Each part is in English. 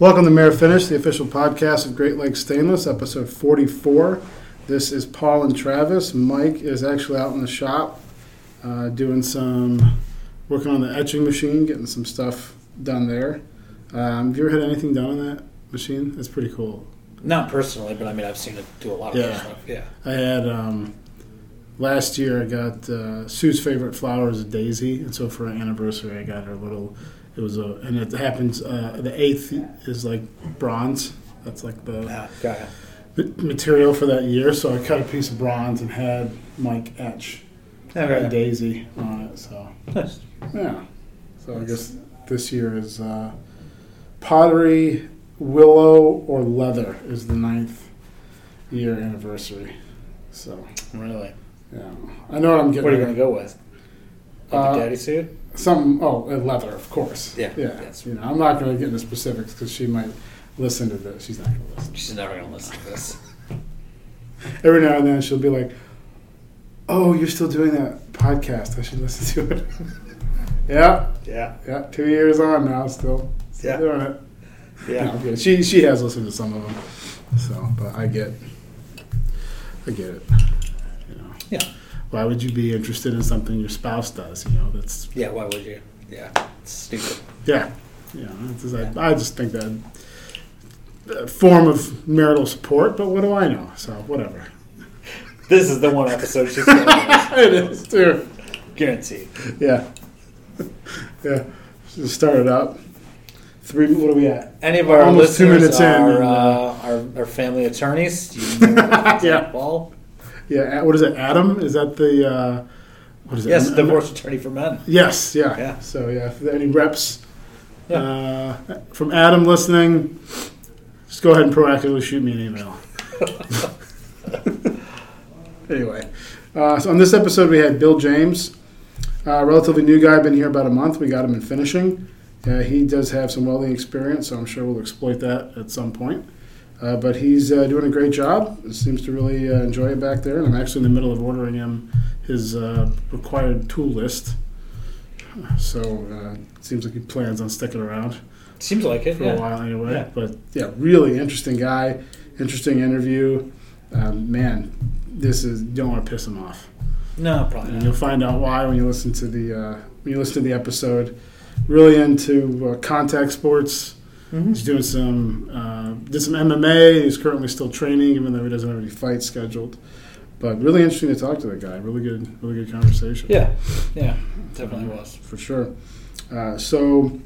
Welcome to Mayor Finish, the official podcast of Great Lakes Stainless, episode 44. This is Paul and Travis. Mike is actually out in the shop uh, doing some working on the etching machine, getting some stuff done there. Um, have you ever had anything done on that machine? It's pretty cool. Not personally, but I mean, I've seen it do a lot of Yeah. that stuff. Yeah. I had um, last year. I got uh, Sue's favorite flower is a daisy, and so for an anniversary, I got her a little. It was a, and it happens. Uh, the eighth is like bronze. That's like the Yeah. Got it. ma- material for that year. So I cut a piece of bronze and had Mike etch a Okay. daisy on it. So Nice. yeah. So I guess this year is uh, pottery, willow, or leather is the ninth year anniversary. So. Really? Yeah, I know what I'm getting. What are you going at. to go with? Like Uh, the daddy suit? Some oh, and leather, of course. Yeah, yeah. yes. You know, I'm not going to get into specifics because she might listen to this. She's not going to listen. She's never going to listen to this. Every now and then she'll be like, "Oh, you're still doing that podcast? I should listen to it." yeah, yeah. yeah. Two years on now, still, still Yeah. doing it. No, Yeah. I'm kidding. she she has listened to some of them. So, but I get, I get it. You know, Yeah. why would you be interested in something your spouse does? You know, that's Yeah. Why would you? Yeah. It's stupid. Yeah, yeah. it's just- I, I just think that a form of marital support, but what do I know? So whatever. This is the one episode she's going to it is too. Guaranteed. Yeah, yeah. Just start it up. Three. What are we at? Any of our Almost two listeners minutes in, are, and, uh, uh, our, our family attorneys. You know, Yeah. Paul. Yeah. a- What is it? Adam? Is that the? Uh, what is it? Yes, Am- divorce attorney for men. Yes. Yeah. Yeah. So yeah, if there are any reps uh, from Adam listening, just go ahead and proactively shoot me an email. anyway, uh, so on this episode we had Bill James, uh, relatively new guy, been here about a month. We got him in finishing. Uh, he does have some welding experience, so I'm sure we'll exploit that at some point. Uh, but he's uh, doing a great job. Seems to really uh, enjoy it back there. And I'm actually in the middle of ordering him his uh, required tool list. So uh, seems like he plans on sticking around Seems like it. for a Yeah. while anyway. Yeah. But yeah, really interesting guy, interesting interview. Um, man, this is you don't want to piss him off, No, probably and not. you'll find out why when you listen to the uh, when you listen to the episode. Really into uh, contact sports. Mm-hmm. He's doing some uh, did some MMA. He's currently still training, even though he doesn't have any fights scheduled. But really interesting to talk to that guy. Really good, really good conversation. Yeah. Yeah. Definitely was. for sure. Uh, so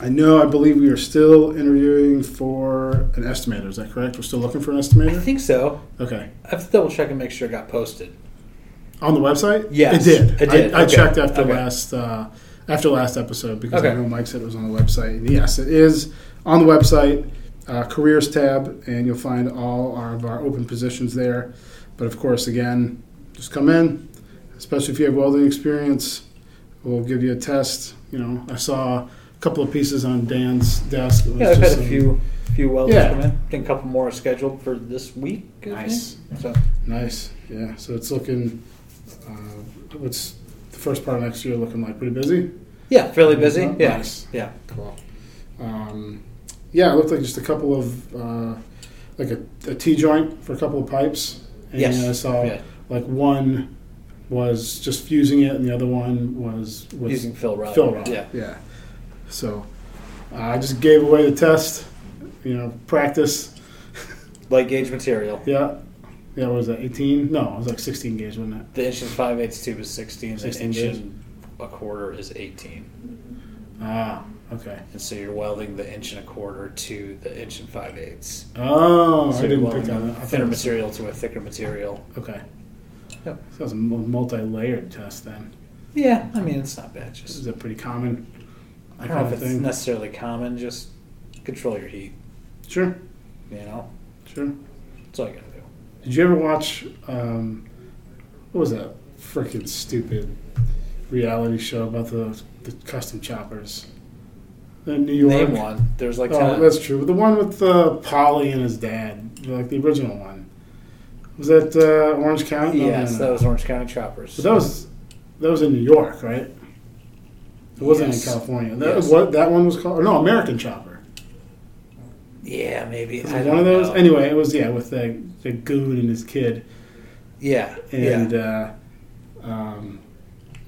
I know, I believe we are still interviewing for an estimator. Is that correct? We're still looking for an I estimator. think so. Okay, I have to double check and make sure it got posted. on the website. Yes, it did. it did. I, I Okay. checked after Okay. last uh, after last episode because I Okay. know Mike said it was on the website. And yes, it is on the website. Uh, careers tab, and you'll find all our, of our open positions there. But of course, again, just come in, especially if you have welding experience. We'll give you a test. You know, I saw a couple of pieces on Dan's desk. It was Yeah, I've had just a some- few few welders Yeah. come in. I think a couple more are scheduled for this week. I think. Nice. So Nice. Yeah. So it's looking. Uh, what's the first part of next year looking like? Pretty busy. yeah, fairly busy. Uh, Yeah, nice. yeah, Cool. Um, yeah, it looked like just a couple of uh, like a, a T joint for a couple of pipes. And Yes. I saw Yeah. like one was just fusing it, and the other one was was using Phil Rod. Fill rod. Yeah, Yeah. So uh, I just gave away the test. You know, practice. light gauge material. Yeah. Yeah. What was that? 18? No, it was like 16 gauge, wasn't it? The inch and five eighths tube is sixteen. 16 the inch gauge. and a quarter is eighteen. Ah. Okay. And so you're welding the inch and a quarter to the inch and five eighths. Oh, so I you're didn't welding pick on a that. I thinner thought it was- material to a thicker material. Okay. Yep. So it was a mul- multi-layered test then. Yeah, I mean it's not bad. This Just is a pretty common. I don't know if it's thing. necessarily common. Just control your heat. Sure. You know, Sure. that's all you gotta do. Did you ever watch? Um, what was that freaking stupid reality show about the the custom choppers? In New York. Name one. There's like Oh, 10. that's true. The one with uh, Polly and his dad, like the original one. Was that uh, Orange County? No, no, yes, no. that was Orange County Choppers. But that was that was in New York, right? It wasn't Yes. in California. That Yes. what that one was called? No, American Chopper. Yeah, maybe. Is I it one of don't those? know. Anyway, it was yeah with the the goon and his kid, Yeah. and um, yeah. uh, um,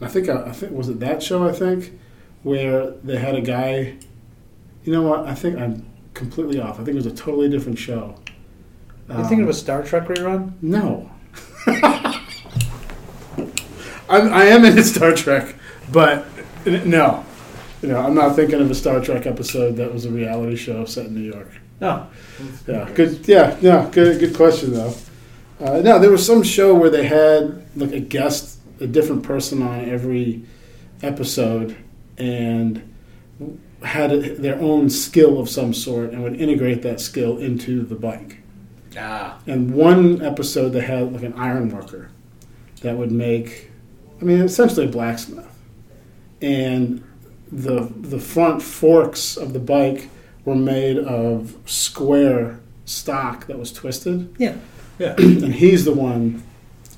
I think uh, I, I think was it that show I think where they had a guy. You know what? I think I'm completely off. I think it was a totally different show. Um, you thinking of a Star Trek rerun? No. I'm, I am into Star Trek, but n- no. You know, I'm not thinking of a Star Trek episode that was a reality show set in New York. No. Yeah, good. Yeah, no, good. Good question though. Uh, no, there was some show where they had like a guest, a different person on every episode, and had a, their own skill of some sort, and would integrate that skill into the bike. Ah. And one episode they had like an iron worker that would make, I mean, essentially a blacksmith. And the the front forks of the bike were made of square stock that was twisted, Yeah. Yeah. and he's the one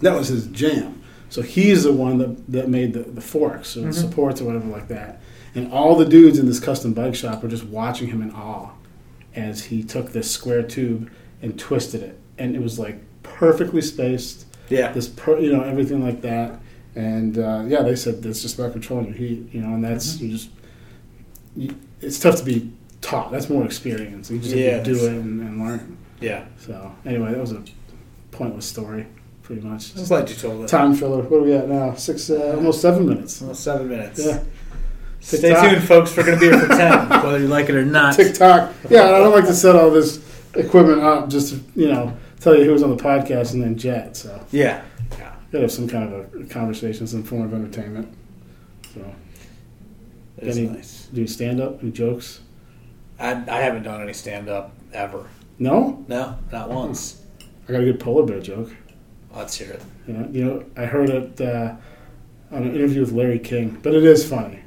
that was his jam. So he's the one that, that made the, the forks or the Mhm. supports or whatever like that. And all the dudes in this custom bike shop were just watching him in awe as he took this square tube and twisted it. And it was like perfectly spaced, Yeah. this per, you know, everything like that. And uh, yeah, they said it's just about controlling your heat, you know, and that's you just, you, it's tough to be taught. That's more experience. You just Yeah, have to do that's- it and, and learn. Yeah. So anyway, that was a pointless story, pretty much. I'm glad you told us. Time filler. What are we at now? Six, uh, almost seven minutes. Well, seven minutes. Yeah. Stay TikTok. tuned, folks. We're going to be here for 10, whether you like it or not. TikTok. Yeah, I don't like to set all this equipment up just to, you know, tell you who was on the podcast and then jet. So Yeah. Yeah. gotta have some kind of a conversation, some form of entertainment. So It's Any- nice. do you stand up? Any jokes? I, I haven't done any stand up ever. No, No, not once. I got a good polar bear joke. Let's hear it. You know, you know I heard it uh, on an interview with Larry King, but it is funny.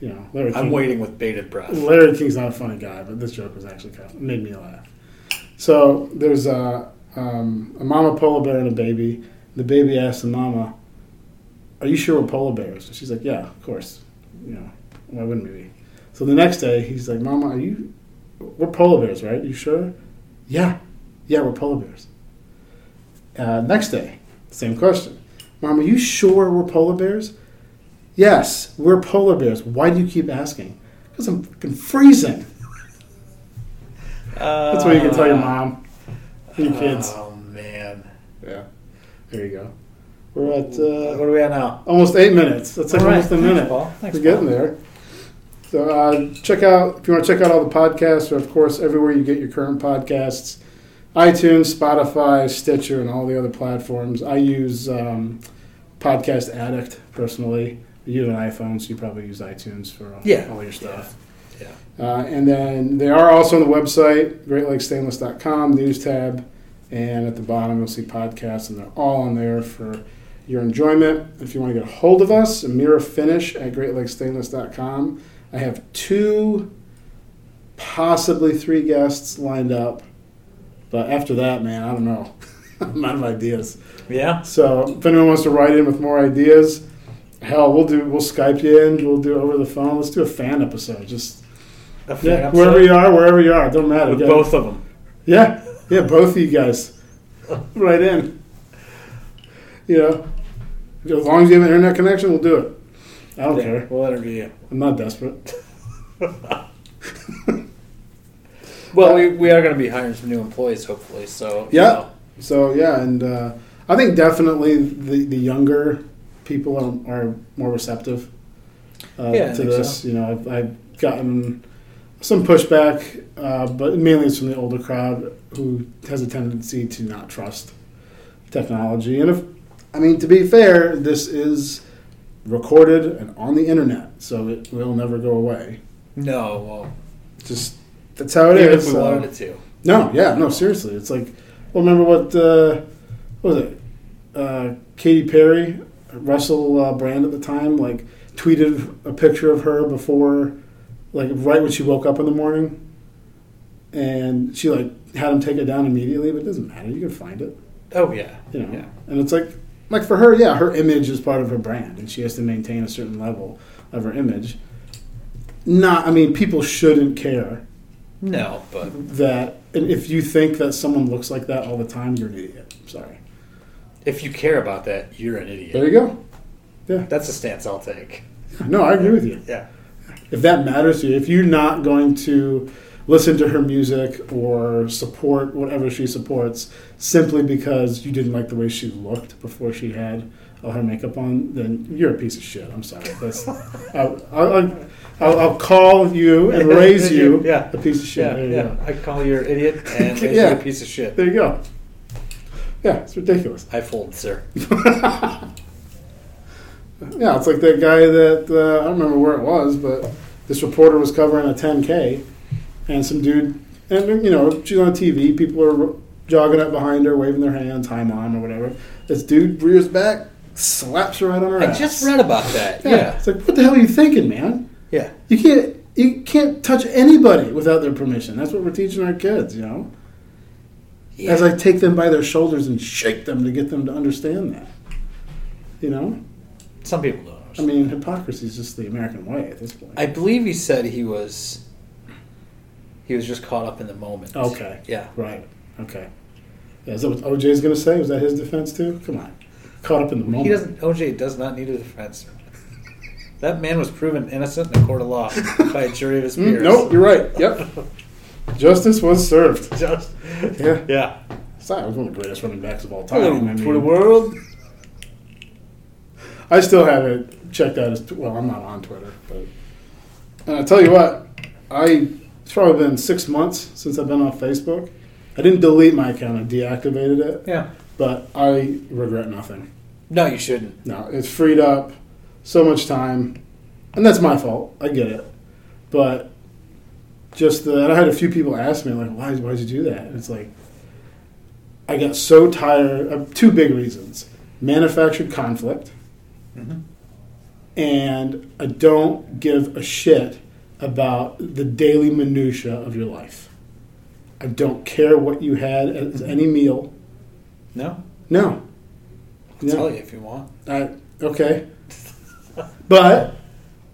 You know, Larry. I'm King, waiting with bated breath. Larry King's not a funny guy, but this joke was actually kind of made me laugh. So there's a, um, a mama polar bear and a baby. The baby asks the mama, "Are you sure we're polar bears?" And she's like, "Yeah, of course. You know, why wouldn't we be?" So the next day, he's like, "Mama, are you? We're polar bears, right? You sure?" "Yeah, yeah, we're polar bears." Uh, next day, same question, "Mom, are you sure we're polar bears?" "Yes, we're polar bears. Why do you keep asking?" Because I'm fucking freezing. That's what you can tell your mom and your kids. Oh, man. Yeah. There you go. We're at what uh, are we at now? almost eight minutes. That's like All right. almost a Thanks, minute. Paul. Thanks, We're getting Paul. there. So uh, check out if you want to check out all the podcasts, or of course everywhere you get your current podcasts, iTunes, Spotify, Stitcher, and all the other platforms. I use um, Podcast Addict personally. You have an iPhone, so you probably use iTunes for all, Yeah. all your stuff. Yeah. Uh, and then they are also on the website, greatlakesstainless.com, news tab, and at the bottom you'll see podcasts, and they're all on there for your enjoyment. If you want to get a hold of us, Finish at greatlakesstainless.com. I have two, possibly three guests lined up, but after that, man, I don't know. I'm out of ideas. Yeah. So if anyone wants to write in with more ideas, hell, we'll do. We'll Skype you in. We'll do it over the phone. Let's do a fan episode. Just A fan yeah, episode wherever you are, wherever you are, it don't matter. With Yeah. both of them. Yeah, yeah, both of you guys, right in. You know, as long as you have an internet connection, we'll do it. I don't Yeah, care. We'll interview you. I'm not desperate. Well, we, we are going to be hiring some new employees, hopefully. So, you Yeah. know. So yeah, and uh, I think definitely the the younger people are, are more receptive uh, Yeah, I to think this. You know, I've, I've gotten some pushback, uh, but mainly it's from the older crowd who has a tendency to not trust technology. And if I mean to be fair, this is recorded and on the internet, so it will never go away. No, well, Just that's how Oh, it is. even if we so- wanted it to. no, yeah, no, seriously. It's like, well, remember what, uh, what was it? Uh, Katy Perry, Russell uh, Brand at the time, like tweeted a picture of her before, like right when she woke up in the morning, and she like had him take it down immediately. But it doesn't matter; you can find it, Oh, yeah. you know. Yeah. And it's like, like for her, yeah, her image is part of her brand, and she has to maintain a certain level of her image. Not, I mean, people shouldn't care No, but that and if you think that someone looks like that all the time, you're an idiot. Sorry. if you care about that, you're an There idiot. you go. That's a stance I'll take. No, I agree with you. Yeah. If that matters to you, if you're not going to listen to her music or support whatever she supports simply because you didn't like the way she looked before she had all her makeup on, then you're a piece of shit. I'm sorry. That's, I'll, I'll, I'll, I'll call you and raise you Yeah. a piece of shit. Yeah, There you yeah. go. I call you an idiot and raise Yeah. you a piece of shit. There you go. Yeah, it's ridiculous. I fold, sir. Yeah, it's like that guy that uh, I don't remember where it was, but this reporter was covering a 10K, and some dude, and you know, she's on TV. People are jogging up behind her, waving their hands, "Hi, mom" or whatever. This dude rears back, slaps her right on her I ass. just read about that. yeah. Yeah. It's like, what the hell are you thinking, man? Yeah. You can't you can't touch anybody without their permission. That's what we're teaching our kids, you know. Yeah. As I take them by their shoulders and shake them to get them to understand that, you know. Some people don't. I mean, hypocrisy is just the American way at this point. I believe he said he was he was just caught up in the moment. Okay. Yeah. Right. Okay. Yeah, is that what OJ's going to say? Was that his defense too? Come on, caught up in the moment. He doesn't OJ does not need a defense. That man was proven innocent in a court of law by a jury of his Mm, peers. nope, you're right. Yep. Justice was served. Just Yeah. Yeah. Sorry, was one of the greatest running backs of all time. Hello I, to the mean, world. I still haven't checked out his. Tw- well, I'm not on Twitter, but and I tell you what, I it's probably been six months since I've been on Facebook. I didn't delete my account; I deactivated it, Yeah. but I regret nothing. No, you shouldn't. No, it's freed up so much time, and that's my fault. I get it, but just the. And I had a few people ask me like, "Why? Why did you do that?" And it's like, I got so tired of two big reasons: manufactured conflict, Mm-hmm. Mhm. and I don't give a shit about the daily minutia of your life. I don't care what you had as any meal. No? No. I'll tell you if you want. I, okay. but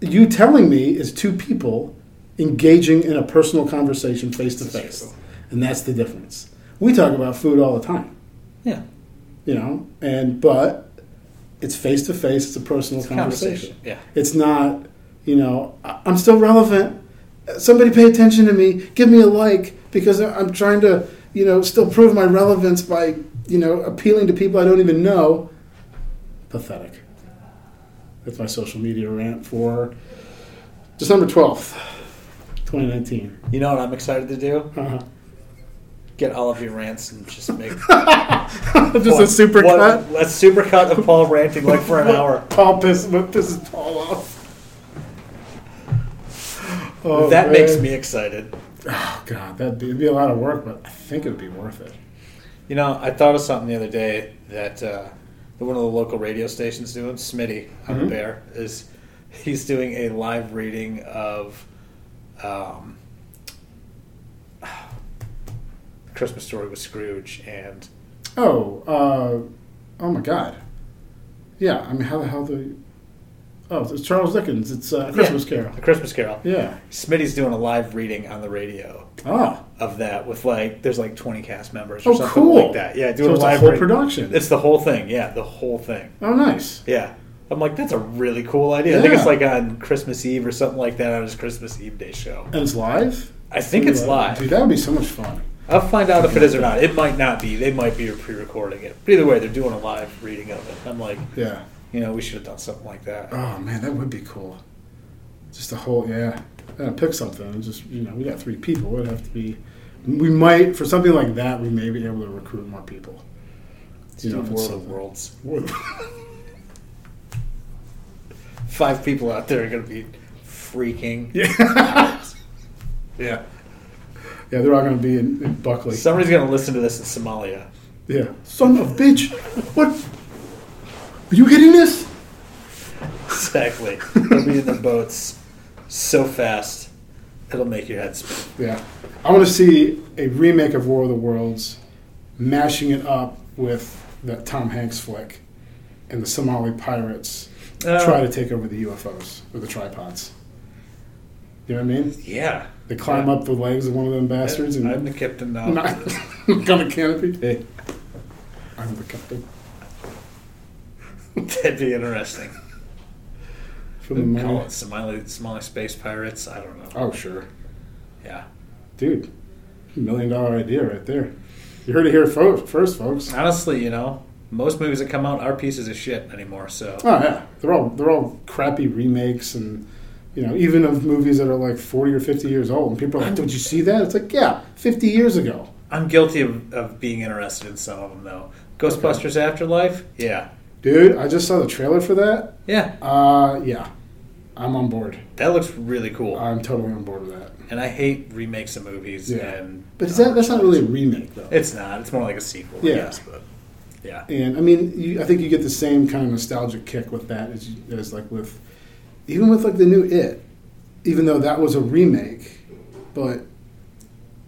you telling me is two people engaging in a personal conversation face to face. And that's the difference. We talk about food all the time, Yeah. you know, and but it's face to face, it's a personal conversation. Conversation. Yeah. It's not, you know, I- I'm still relevant. Somebody pay attention to me. Give me a like because I- I'm trying to, you know, still prove my relevance by, you know, appealing to people I don't even know. Pathetic. That's my social media rant for December 12th, 2019. You know what I'm excited to do? Uh-huh. Get all of your rants and just make Just a Oh, super cut. A super cut of Paul ranting like for an hour. Paul piss, what pisses Paul off. Oh, that man. makes me excited. Oh, God, that'd be, it'd be a lot of work, but I think it'd be worth it. You know, I thought of something the other day that uh, that one of the local radio stations doing. Smitty on the Mhm. bear is he's doing a live reading of um, Christmas Story with Scrooge, and Oh, uh, oh my God. Yeah, I mean, how the hell do? You... Oh, it's Charles Dickens. It's uh, Christmas Carol. A Christmas Carol. Yeah. Smitty's doing a live reading on the radio Ah. of that with like there's like 20 cast members or Oh, something cool. like that. Yeah, doing so a it's a live whole read- production. It's the whole thing. Yeah, the whole thing. Oh, nice. Yeah. I'm like, that's a really cool idea. I think it's Yeah. like on Christmas Eve or something like that on his Christmas Eve Day show. And it's live. uh, I think it's Dude, live. that would be so much fun. I'll find out if it is or not. It might not be. They might be pre recording it. But either way, they're doing a live reading of it. I'm like, Yeah. you know, we should have done something like that. Oh man, that would be cool. Just a whole yeah. Uh, pick something. and Just you know, we got three people. It'd have to be. We might for something like that. We may be able to recruit more people. Let's You do know, if it's World of something. Worlds. Five people out there are going to be freaking. yeah. yeah. Yeah, they're all going to be in, in Buckley. Somebody's going to listen to this in Somalia. Yeah. Son of a bitch. What? Are you getting this? Exactly. They'll be in their boats so fast, it'll make your head spin. Yeah. I want to see a remake of War of the Worlds, mashing it up with that Tom Hanks flick and the Somali pirates Uh, try to take over the UFOs or the tripods. You know what I mean? Yeah. They climb Yeah. up the legs of one of them bastards and I'm the captain now. knock knock on the canopy. Hey, I'm the captain. That'd be interesting. From the Call Mummy. it Somali, Somali space pirates. I don't know. Oh sure, Yeah. dude, million dollar idea right there. You heard it here fo- first, folks. Honestly, you know, most movies that come out are pieces of shit anymore. So Oh yeah, they're all they're all crappy remakes and you know even of movies that are like forty or fifty years old. And people are like, "Don't you see that?" It's like, yeah, fifty years ago. I'm guilty of, of being interested in some of them though. Ghostbusters Afterlife. Yeah. Dude, I just saw the trailer for that. Yeah. Uh, yeah, I'm on board. That looks really cool. I'm totally on board with that. and I hate remakes of movies. Uh. Yeah. And But is that that's not really a remake though. It's not. It's more like a sequel. Yeah. I guess, but yeah. And I mean, you, I think you get the same kind of nostalgic kick with that as, you, as like with even with like the new It, even though that was a remake, but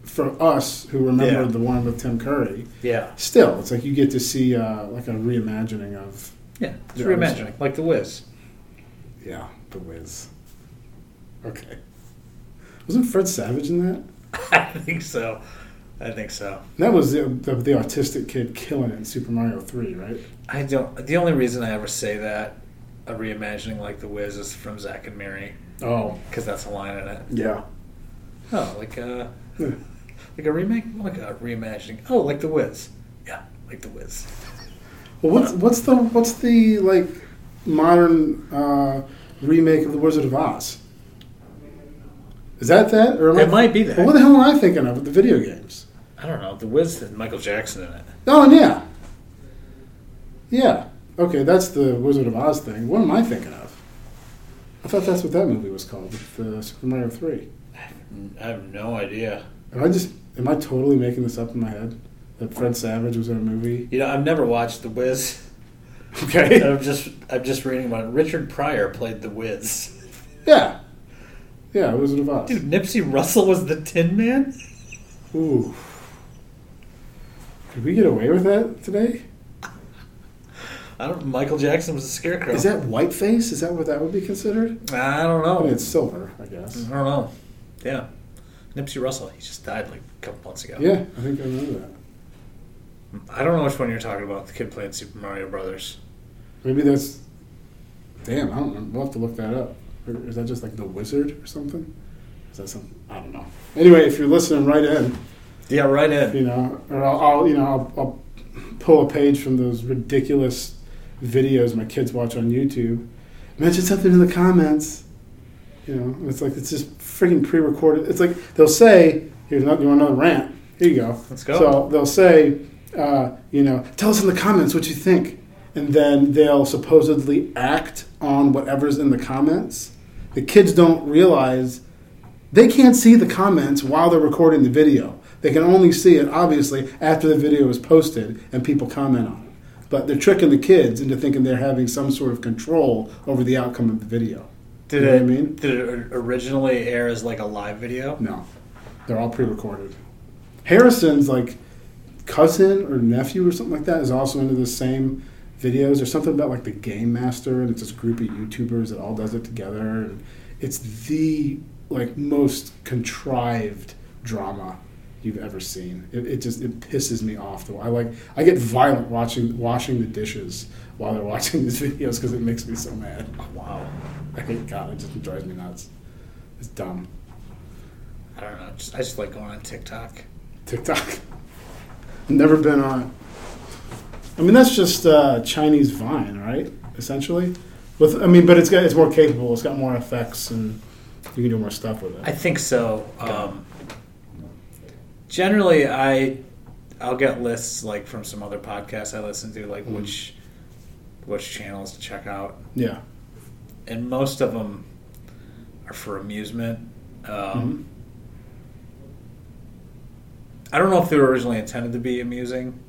for us who remember Yeah. the one with Tim Curry, Yeah. still it's like you get to see uh, like a reimagining of Yeah. It's Yeah, reimagining, like The Wiz. yeah the Wiz. Okay, wasn't Fred Savage in that? I think so. I think so. That was the, the, the autistic kid killing it in Super Mario Three, right? I don't. The only reason I ever say that a reimagining like The Wiz is from Zack and Mary Oh because that's a line in it. yeah, Oh, like a Yeah. like a remake, like a reimagining. Oh, like The Wiz. Yeah, like The Wiz. Well, what's what's the what's the like modern uh, remake of the Wizard of Oz? Is that that or am It I- might be that. Well, what the hell am I thinking of with the video games? I don't know. The Wiz had Michael Jackson in it. Oh yeah, yeah. Okay, that's the Wizard of Oz thing. What am I thinking of? I thought that's what that movie was called, with, uh, Super Mario Three. I have no idea. Am I just am I totally making this up in my head? That Fred Savage was in a movie. You know, I've never watched The Wiz. Okay. I'm just I'm just reading about it. Richard Pryor played The Wiz. yeah. Yeah, Wizard of Oz. Dude, Nipsey Russell was the Tin Man? Ooh. Could we get away with that today? I don't Michael Jackson was a scarecrow. Is that whiteface? Is that what that would be considered? I don't I know. mean, it's silver, I guess. I don't know. Yeah. Nipsey Russell, he just died like a couple months ago. Yeah, I think I remember that. I don't know which one you're talking about, the kid playing Super Mario Brothers. Maybe that's. Damn, I don't remember. We'll have to look that up. Or is that just like the wizard or something? Is that something? I don't know. Anyway, if you're listening, right in. Yeah, right in. You know, or I'll, I'll you know, I'll, I'll pull a page from those ridiculous videos my kids watch on YouTube. Mention something in the comments. You know, and it's like it's just freaking pre-recorded. It's like they'll say, "Here's another, you want another rant? Here you go." Let's go. So they'll say, uh, you know, tell us in the comments what you think, and then they'll supposedly act on whatever's in the comments. The kids don't realize they can't see the comments while they're recording the video. They can only see it, obviously, after the video is posted and people comment on it. But they're tricking the kids into thinking they're having some sort of control over the outcome of the video. Did You know it what I mean? did it originally air as like a live video? No, they're all pre recorded. Harrison's like cousin or nephew or something like that is also into the same videos. There's something about like the Game Master, and it's this group of YouTubers that all does it together. And it's the like most contrived drama you've ever seen. It, it just it pisses me off. Though I like I get violent watching washing the dishes while they're watching these videos because it makes me so mad. Wow. I hate God. It just drives me nuts. It's dumb. I don't know. Just, I just like going on TikTok. TikTok. Never been on. it. I mean, that's just uh, Chinese Vine, right? Essentially, with I mean, but it's got it's more capable. It's got more effects, and you can do more stuff with it. I think so. Um, generally, I I'll get lists like from some other podcasts I listen to, Mm-hmm. like which which channels to check out, yeah, and most of them are for amusement. Um, Mm-hmm. I don't know if they were originally intended to be amusing,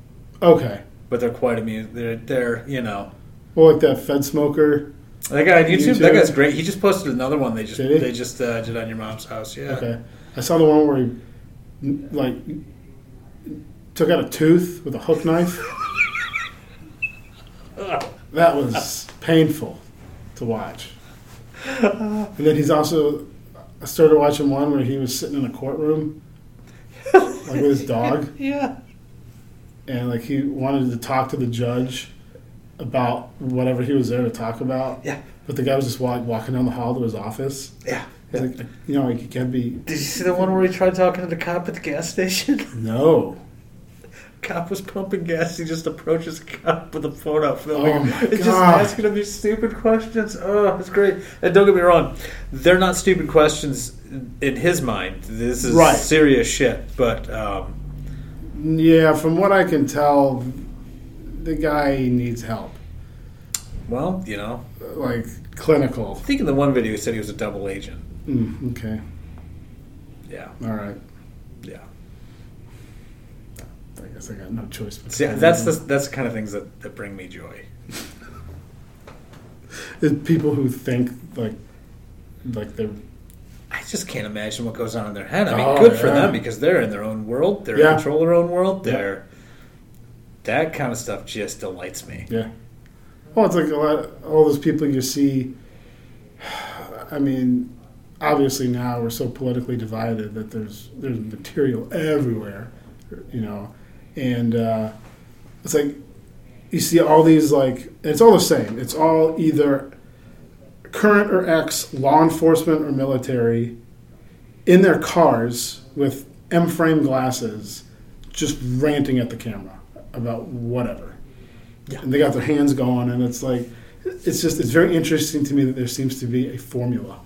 okay. but they're quite amusing. They're they're you know. Well, like that Fed smoker. That guy on YouTube, that YouTube? guy's great. He just posted another one. They just Did he? they just uh, did on your mom's house. Yeah. Okay, I saw the one where he n- like took out a tooth with a hook knife. that was painful to watch. And then he's also I started watching one where he was sitting in a courtroom, like with his dog, Yeah. and like he wanted to talk to the judge about whatever he was there to talk about. Yeah. But the guy was just wa- walking down the hall to his office. Yeah. He's like, you know, like you can't be. Did you see the one where he tried talking to the cop at the gas station? No. cop was pumping gas. He just approaches the cop with a phone out Oh filming. my it's just God. asking him these stupid questions. Oh, it's great. And don't get me wrong, they're not stupid questions in his mind. This is Right. serious shit. But um, Yeah, from what I can tell, the guy needs help, well, you know, like clinical. I think in the one video he said he was a double agent. Mm, okay. Yeah, All right. yeah. I guess I got no choice. But See, that's the that's the kind of things that, that bring me joy. It's people who think like like they're I just can't imagine what goes on in their head. I mean, Oh, good for yeah. them because they're in their own world. They're Yeah. in control of their own world. Yeah. They're that kind of stuff just delights me. yeah. Well, it's like a lot. All those people you see. I mean, obviously now we're so politically divided that there's there's material everywhere, you know, and uh, it's like you see all these like it's all the same. It's all either current or ex law enforcement or military in their cars with M frame glasses just ranting at the camera about whatever. Yeah. And they got their hands going and it's like it's just it's very interesting to me that there seems to be a formula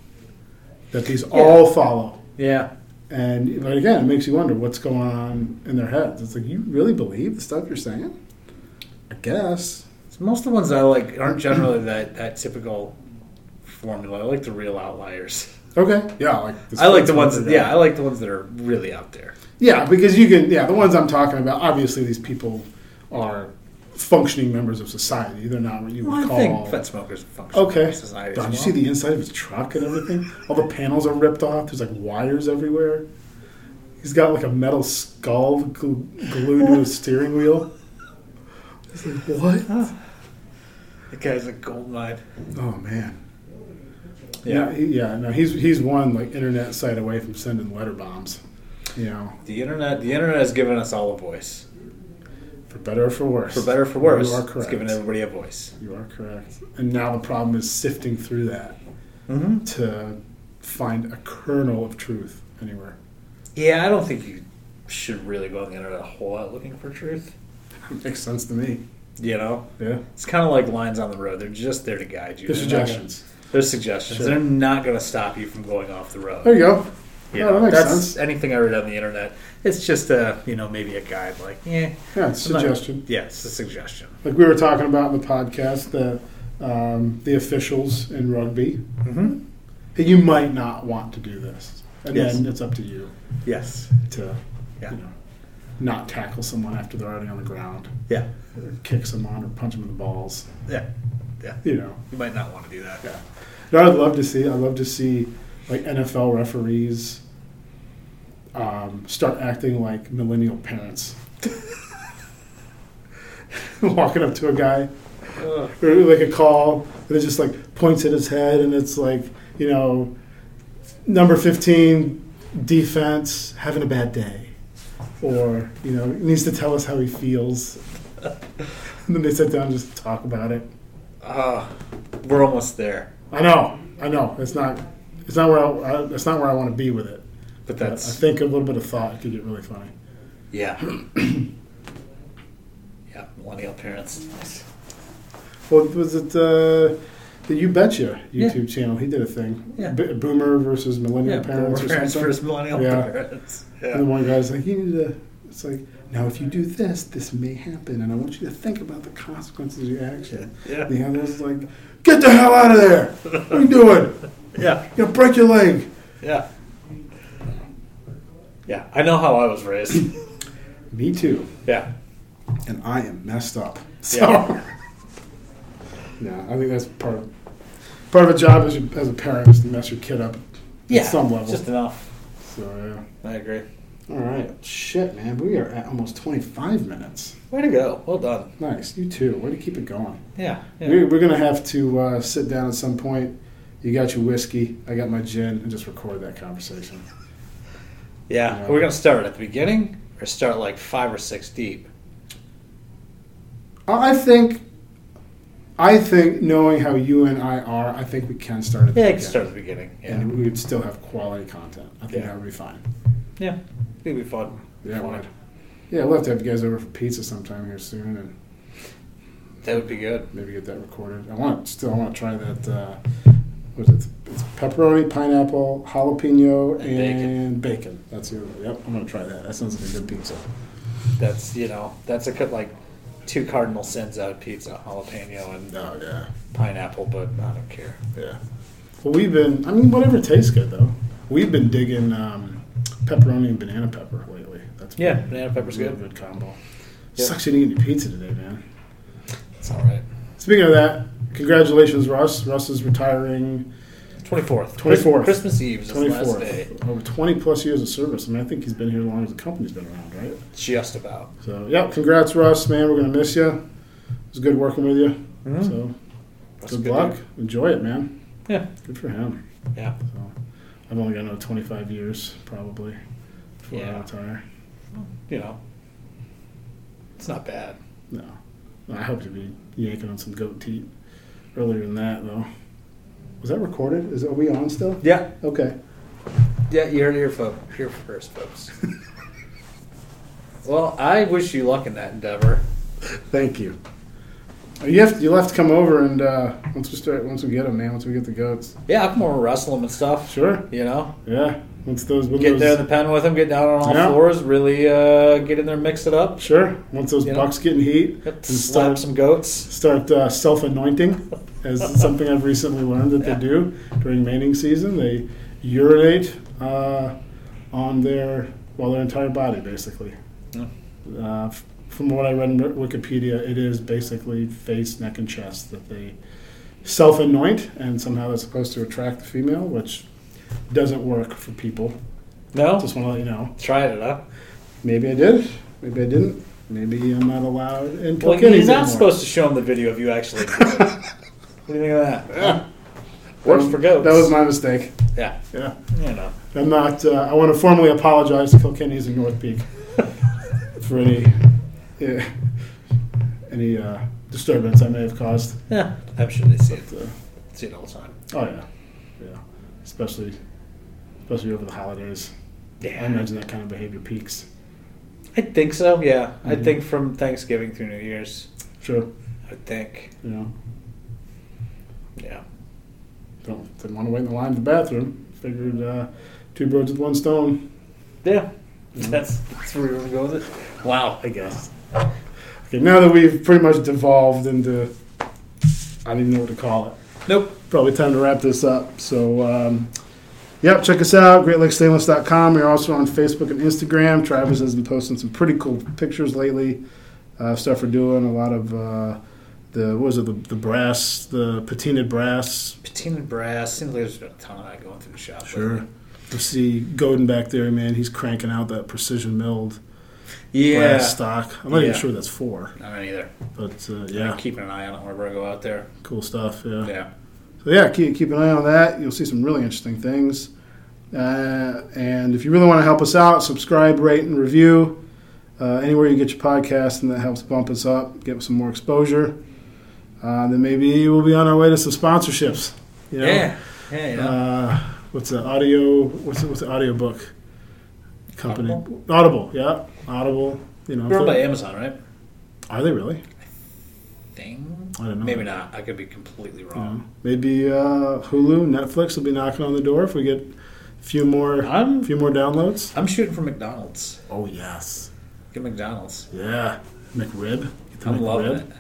that these all follow. Yeah, And but again, it makes you wonder what's going on in their heads. It's like you really believe the stuff you're saying? I guess. So most of the ones I like aren't generally that, that typical formula. I like the real outliers. Okay. Yeah, like I like the ones that, yeah, I like the ones that are really out there. Yeah, because you can. Yeah, the ones I'm talking about. Obviously, these people are functioning members of society. They're not what you would Well, I call. think fed smokers function okay. in society. God, as you well. see the inside of his truck and everything. All the panels are ripped off. There's like wires everywhere. He's got like a metal skull gl- glued to his steering wheel. It's like what? the Ah. guy's a gold mine. Oh man. Yeah. No, he- yeah. No, he's he's one like internet site away from sending letter bombs. You know, The internet, the internet has given us all a voice, for better or for worse. for better or for worse. You are It's correct. given everybody a voice. You are correct. And now the problem is sifting through that Mm-hmm. to find a kernel of truth anywhere. Yeah, I don't think you should really go on the internet a whole lot looking for truth. Makes sense to me. You know, Yeah. it's kind of like lines on the road. They're just there to guide you. Good They're not gonna- suggestions. They're suggestions. Sure. They're not going to stop you from going off the road. There you go. You Yeah, know, that makes that's sense. anything I read on the internet. It's just a you know maybe a guide like yeah Yeah, it's a I'm not- suggestion. yeah it's a suggestion. Like we were talking about in the podcast, the um, the officials in rugby. Mm-hmm. You might not want to do this, and Yes. then it's up to you Yes. to, Yeah. you know, not tackle someone after they're already on the ground, Yeah. or kick someone, or punch them in the balls. Yeah. Yeah. You know. You might not want to do that. Yeah. No, I'd love to see. I'd love to see like NFL referees um, start acting like millennial parents. Walking up to a guy, Ugh. or like a call, and it just like points at his head, and it's like, you know, number 15, defense, having a bad day. Or, you know, he needs to tell us how he feels. and then they sit down and just talk about it. Ah, we're almost there, I know, I know. It's not, it's not where I, I it's not where I want to be with it. But but that's I think a little bit of thought could get really funny. yeah. yeah. Millennial parents. Nice. Well, was it uh, the You Betcha Yeah. YouTube channel? He did a thing. Yeah. B- boomer versus millennial Yeah. parents boomer or parents something. versus millennial Yeah. parents. And the Yeah. one guy's like, you need to. It's like, now if you do this, this may happen, and I want you to think about the consequences of your action. Yeah. And the other's like, get the hell out of there! What are you doing? Yeah. You're gonna break your leg. Yeah. Yeah. I know how I was raised. Me too. yeah. and I am messed up. So, Yeah. yeah, I think that's part of part of a job as, you, as a parent is to mess your kid up Yeah. at some level. Just enough. so I agree. yeah. All right, shit, man, we are at almost twenty five minutes. Way to go. Well done. Nice, you too. Way to keep it going. Yeah. We, we're gonna have to uh, sit down at some point You got your whiskey. I got my gin, and just record that conversation. Yeah, Yeah. we're gonna start at the beginning or start like five or six deep. I I think, I think knowing how you and I are, I think we can start at the Yeah, you can beginning. start at the beginning. Yeah, and we would still have quality content. I think Yeah. that would be fine. yeah, it'd be fun. Yeah, Fun. it would. Yeah, we'll have to have you guys over for pizza sometime here soon, and That would be good. maybe get that recorded. I want still I want to try that. Uh, what is it? It's pepperoni, pineapple, jalapeno, And bacon. and bacon. That's the other. Yep, I'm gonna try that. That sounds like a good pizza. That's you know, that's a cut like two cardinal sins out of pizza: jalapeno and Oh yeah, pineapple. But I don't care. yeah. Well, we've been. I mean, whatever tastes good though. We've been digging um, pepperoni and banana pepper lately. That's Yeah, been banana pepper's a real good. Good combo. Yeah. Sucks you didn't get your pizza today, man. It's all right. Speaking of that, congratulations, Russ. Russ is retiring Twenty fourth. 24th. Christmas Eve is his last day. 24th. Over 20 plus years of service. I mean, I think he's been here as long as the company's been around, right? Just about. So, yeah, congrats, Russ, man. We're going to miss you. It was good working with you. So, That's good, good luck. Enjoy it, man. Yeah. Good for him. Yeah. So, I've only got another 25 years, probably, before I Yeah. retire. You know, it's not bad. No. I hope to be yanking on some goat teat earlier than that, though. Was that recorded? Is Are we on still? Yeah. Okay. Yeah, you heard it here, fo- here first, folks. well, I wish you luck in that endeavor. Thank you. You have to, you'll have to come over and uh, once we start once we get them, man. Once we get the goats, Yeah, I'll come over and wrestle them and stuff. sure. You know, Yeah, once those when get those, there in the pen with them, get down on all Yeah. fours, really uh, get in there, mix it up, sure. Once those You know? bucks get in heat, Yep, and slap start some goats. start uh, self anointing, as something I've recently learned that Yeah. they do during mating season. They urinate uh, on their well their entire body basically. Yeah. Uh, f- from what I read in Wikipedia, it is basically face, neck, and chest that they self anoint, and somehow that's supposed to attract the female, which doesn't work for people. No, Just want to let you know. try it, huh? Maybe I did. Maybe I didn't. Maybe I'm not allowed in Well, Kilkenny you're not anymore. supposed to show them the video of you actually. doing it. what do you think of that? Yeah. Works Um, for goats. That was my mistake. Yeah, Yeah. you know. I'm not. Uh, I want to formally apologize to Kilkenny's and North Peak for any yeah, any uh, disturbance I may have caused. Yeah, I'm sure they see it. Uh, See it all the time. Oh yeah, yeah. Especially, especially over the holidays. Yeah. I imagine that kind of behavior peaks. I think so. Yeah, I Mhm. think from Thanksgiving through New Year's, Sure, I think. you know, Yeah, don't didn't want to wait in the line to the bathroom. Figured uh, two birds with one stone. yeah. Mm-hmm. That's that's where we're gonna go with it. Wow, I guess. Okay, now that we've pretty much devolved into, I don't even know what to call it. Nope. Probably time to wrap this up. So, um, yep, check us out, GreatLakesStainless.com. We're also on Facebook and Instagram. Travis has been posting some pretty cool pictures lately. Uh, stuff we're doing a lot of uh, the what was it the, the brass, the patinaed brass Patina brass. Seems like there's been a ton of that going through the shop. Sure. lately. You see Godin back there, man. He's cranking out that precision milled Yeah. brass stock. I'm not Yeah. even sure what that's for, I don't either. but uh, Yeah. yeah, keeping an eye on it whenever I go out there. cool stuff. Yeah. Yeah. So yeah, keep keep an eye on that. You'll see some really interesting things. Uh, and if you really want to help us out, subscribe, rate, and review uh, anywhere you get your podcast, and that helps bump us up, get some more exposure. Uh, then maybe we'll be on our way to some sponsorships. You know? Yeah. Yeah. you know. Uh, what's the audio? What's the, what's the audio book company? Audible? Audible. yeah, Audible. You know, We're owned by if Amazon, right? they- are they really? Thing. I don't know. Maybe not. I could be completely You know, wrong. Um, maybe uh, Hulu, Netflix will be knocking on the door if we get a few more, I'm- a few more downloads. I'm shooting for McDonald's. Oh yes, Get McDonald's. yeah, McRib. Get the I'm loving McRib. it.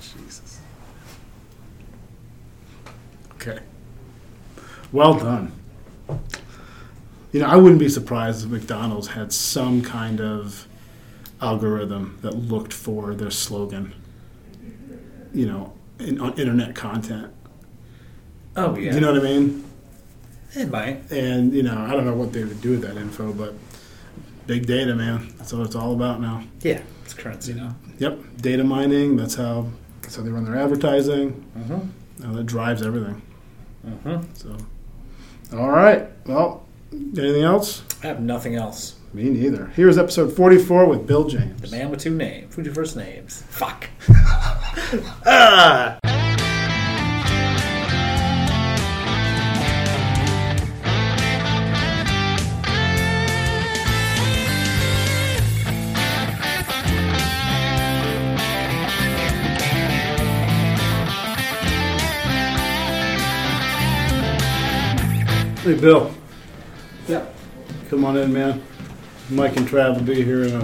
Jesus. Okay. Well done. You know, I wouldn't be surprised if McDonald's had some kind of algorithm that looked for their slogan, you know, in, on internet content. Oh yeah. Do you know what I mean? it might. And, you know, I don't know what they would do with that info, but big data, man. That's what it's all about now. Yeah. It's currency now. Yep, data mining. That's how, that's how they run their advertising. Mm-hmm. Uh, that drives everything. Mm-hmm. So, all right. Well, anything else? I have nothing else. Me neither. Here's episode 44 with Bill James. The man with two names. Who's your first names? Fuck. ah! Hey, Bill. Yeah. Come on in, man. Mike and Trav will be here in a,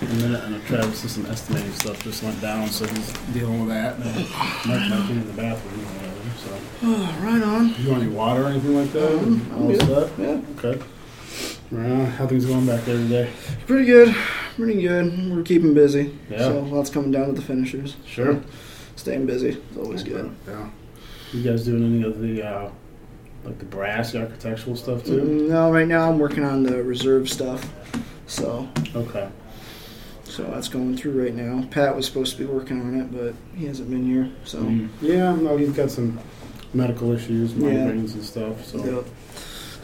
in a minute. I know Travis is some estimating stuff just went down, so he's dealing with that. And Mike might be in the bathroom or whatever. So, right on. you want any water or anything like that? Um, All set? Yeah. Okay. Well, how things going back there today? Pretty good. Pretty good. We're keeping busy. Yeah. So lots coming down with the finishers. Sure. Staying busy is always good. Yeah. You guys doing any of the uh, like the brass, the architectural stuff too? No, Mm, right now I'm working on the reserve stuff. So Okay. so that's going through right now. Pat was supposed to be working on it, but he hasn't been here. So Mm-hmm. Mm. Yeah, no, he's got some medical issues, Yeah. migraines and stuff. So Yep.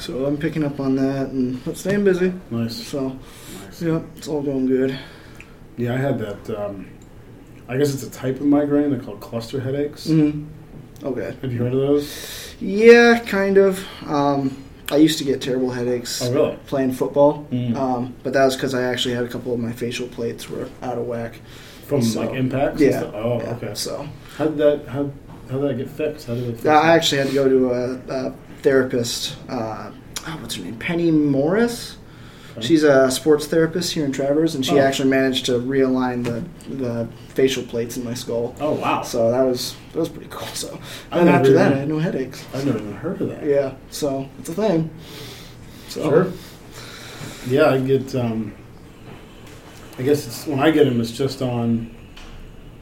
So I'm picking up on that and but staying busy. nice. So nice. yeah, it's all going good. Yeah, I had that. Um, I guess it's a type of migraine. They're called cluster headaches. hmm Mm-hmm. Okay. Have you heard of those? Yeah, kind of. Um, I used to get terrible headaches Oh, really? playing football. Mm. Um, but that was because I actually had a couple of my facial plates were out of whack. From so- like impacts? yeah, And stuff? Oh, Yeah, okay. So How did that? How how did that get fixed? How did it? Fix Yeah, I it? actually had to go to a, a therapist. Uh, oh, what's her name? Penny Morris. Okay. She's a sports therapist here in Travers, and she Oh. actually managed to realign the, the facial plates in my skull. Oh wow! So that was that was pretty cool. So I and never after that, even- I had no headaches. I've never even heard of that. Yeah, so it's a thing. So, Sure. Yeah, I get. Um, I guess it's when I get them, it's just on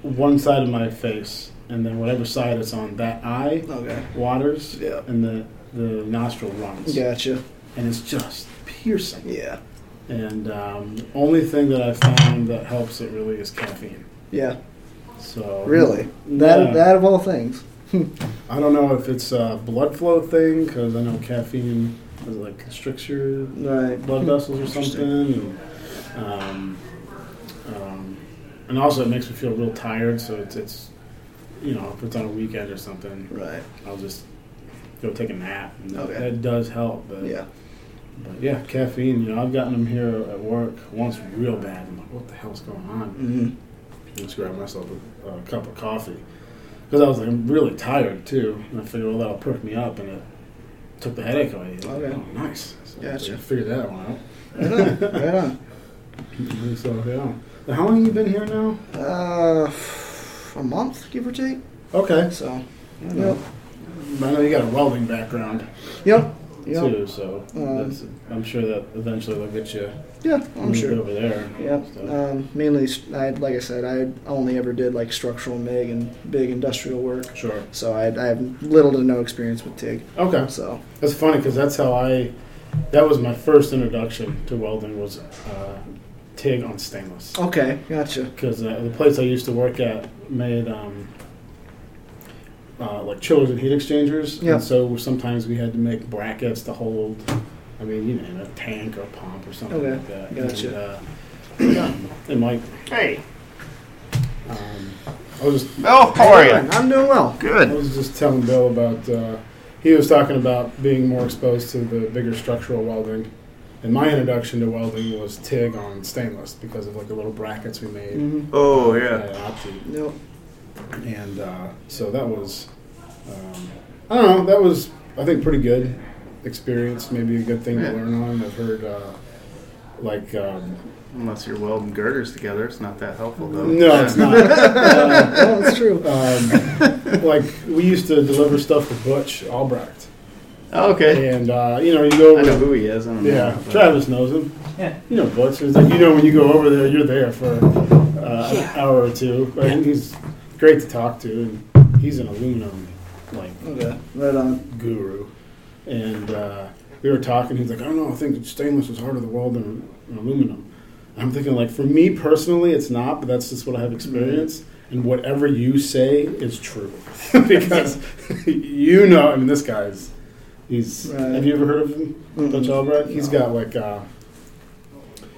one side of my face, and then whatever side it's on, that eye Okay. waters, Oh. Yeah. and the the nostril runs. Gotcha. and it's just piercing. Yeah. And um, the only thing that I found that helps it really is caffeine. Yeah. So Really. That Yeah. that of all things. I don't know if it's a blood flow thing because I know caffeine is like constricts your Right. blood vessels or something. Hmm. Interesting. And, um, um, and also, it makes me feel real tired. So it's, it's you know, if it's on a weekend or something, Right. I'll just go take a nap. And that, Okay. that does help. But Yeah. but yeah, caffeine. You know, I've gotten them here at work once real bad. I'm like, what the hell's going on? Mm-hmm. hmm I just grabbed myself a, a cup of coffee because I was like, I'm really tired too, and I figured, well, that'll perk me up, and it took the headache away. I was like, Okay. Oh, nice. So Gotcha. I figured that one out. Right on. right on. So yeah. Now, How long have you been here now? Uh, a month, give or take. Okay. So, Yep. yep, I know you got a welding background yep, yep. too, so Um, that's, I'm sure that eventually they'll get you yeah. I'm moved sure. over there. Yep. So, Um, mainly, st- I like I said, I only ever did like structural MIG and big industrial work, sure. so I, I have little to no experience with TIG. Okay. So, That's funny because that's how I. That was my first introduction to welding was uh, TIG on stainless. okay, gotcha. Because uh, the place I used to work at made um, uh, like chillers and heat exchangers, Yeah. and so sometimes we had to make brackets to hold. I mean, you know, a tank or a pump or something Okay, like that. gotcha. And, uh, and like, Hey, um, I was just Bill, how are you? Fine, I'm doing well. I Good. was just telling Bill about uh, he was talking about being more exposed to the bigger structural welding, and my introduction to welding was TIG on stainless because of like the little brackets we made Mm-hmm. Oh, at yeah. Opti, Yep. and uh, so that was um, I don't know that was I think pretty good experience, maybe a good thing Yeah. to learn on. I've heard uh, like um, Unless you're welding girders together, it's not that helpful, though. no, it's not. Uh, Oh, that's true. um, like we used to deliver stuff to Butch Albrecht, Oh, okay. and uh, you know you go I know over who he is. I don't Yeah, know. but- Travis knows him. Yeah. You know Butch. It's like, you know when you go over there, you're there for uh, an hour or two. But He's great to talk to, and he's an aluminum like Okay, right on. guru. And uh, we were talking. He's like, I don't know. I think stainless is harder to weld Mm-hmm. than than aluminum. And I'm thinking like for me personally, it's not, but that's just what I have experienced. and whatever you say is true because you know. I mean, this guy's he's. Right. Have you ever heard of him, Mm-mm. Butch Albright? He's No. got like uh,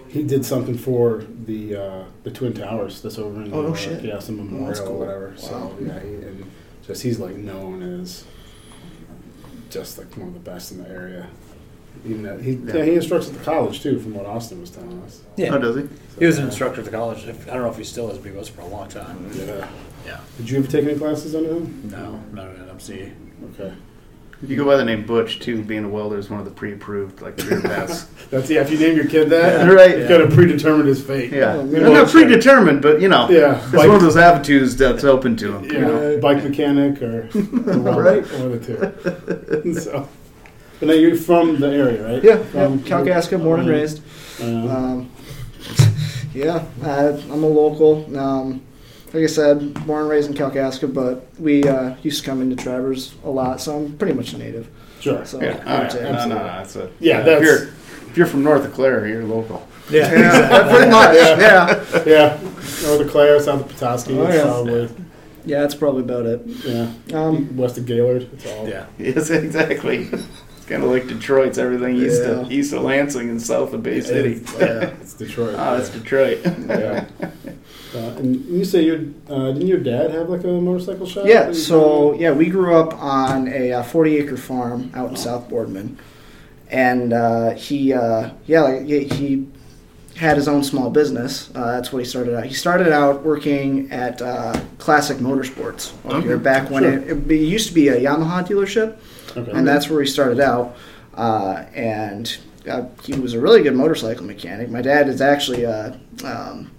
he did something for the uh, the Twin Towers that's over in Oh, no New York. shit. yeah some memorial cool. or whatever. Wow. So yeah, he, and just he's like known as just like one of the best in the area. Even that he yeah. Yeah. he instructs at the college too, from what Austin was telling us. Yeah. Oh, does he? He was an instructor at the college. I don't know if he still is, but he was for a long time. Yeah. Yeah. Did you ever take any classes under him? No, not at MCA. Okay. You go by the name Butch too. Being a welder is one of the pre-approved like career paths. That's yeah. If you name your kid that, Yeah. Right. You've got to predetermine his fate. Yeah, Oh, they're man. not predetermined, but you know, Yeah. it's Like- one of those avenues that's open to them. You know, bike mechanic or the one, Right. one of the two. so, but now you're from the area, right? Yeah, yeah. From- Calcasas, born and um, raised. um, Um, yeah, I, I'm a local. Um, like I said, born and raised in Kalkaska, but we uh, used to come into Travers a lot, so I'm pretty much a native. sure. So Yeah, all right. I'd say No, no, no, that's a, Yeah, if that's- you're if you're from North Eclair, you're local. Yeah. Yeah, pretty much. Yeah. Yeah, North of Clare, south of Petoskey, Oh, it's yeah. probably Yeah, that's probably about it. yeah. Um, West of Gaylord, it's all. yeah. Yes, exactly. It's kind of like Detroit's everything east of Yeah. east of Lansing and south of Bay City. It's, yeah, it's Detroit. Oh, Ah, that's Detroit. yeah. Uh, and you say your uh, didn't your dad have like a motorcycle shop? yeah, that you so founded? yeah, we grew up on a uh, 40 acre farm out in South Boardman. And uh, he, uh, yeah, like, he, he had his own small business. Uh, that's what he started out. He started out working at uh, Classic Motorsports over here Okay, back when sure. it, it, be- used to be a Yamaha dealership, Okay. and that's where he started out. Uh, and uh, he was a really good motorcycle mechanic. My dad is actually uh um,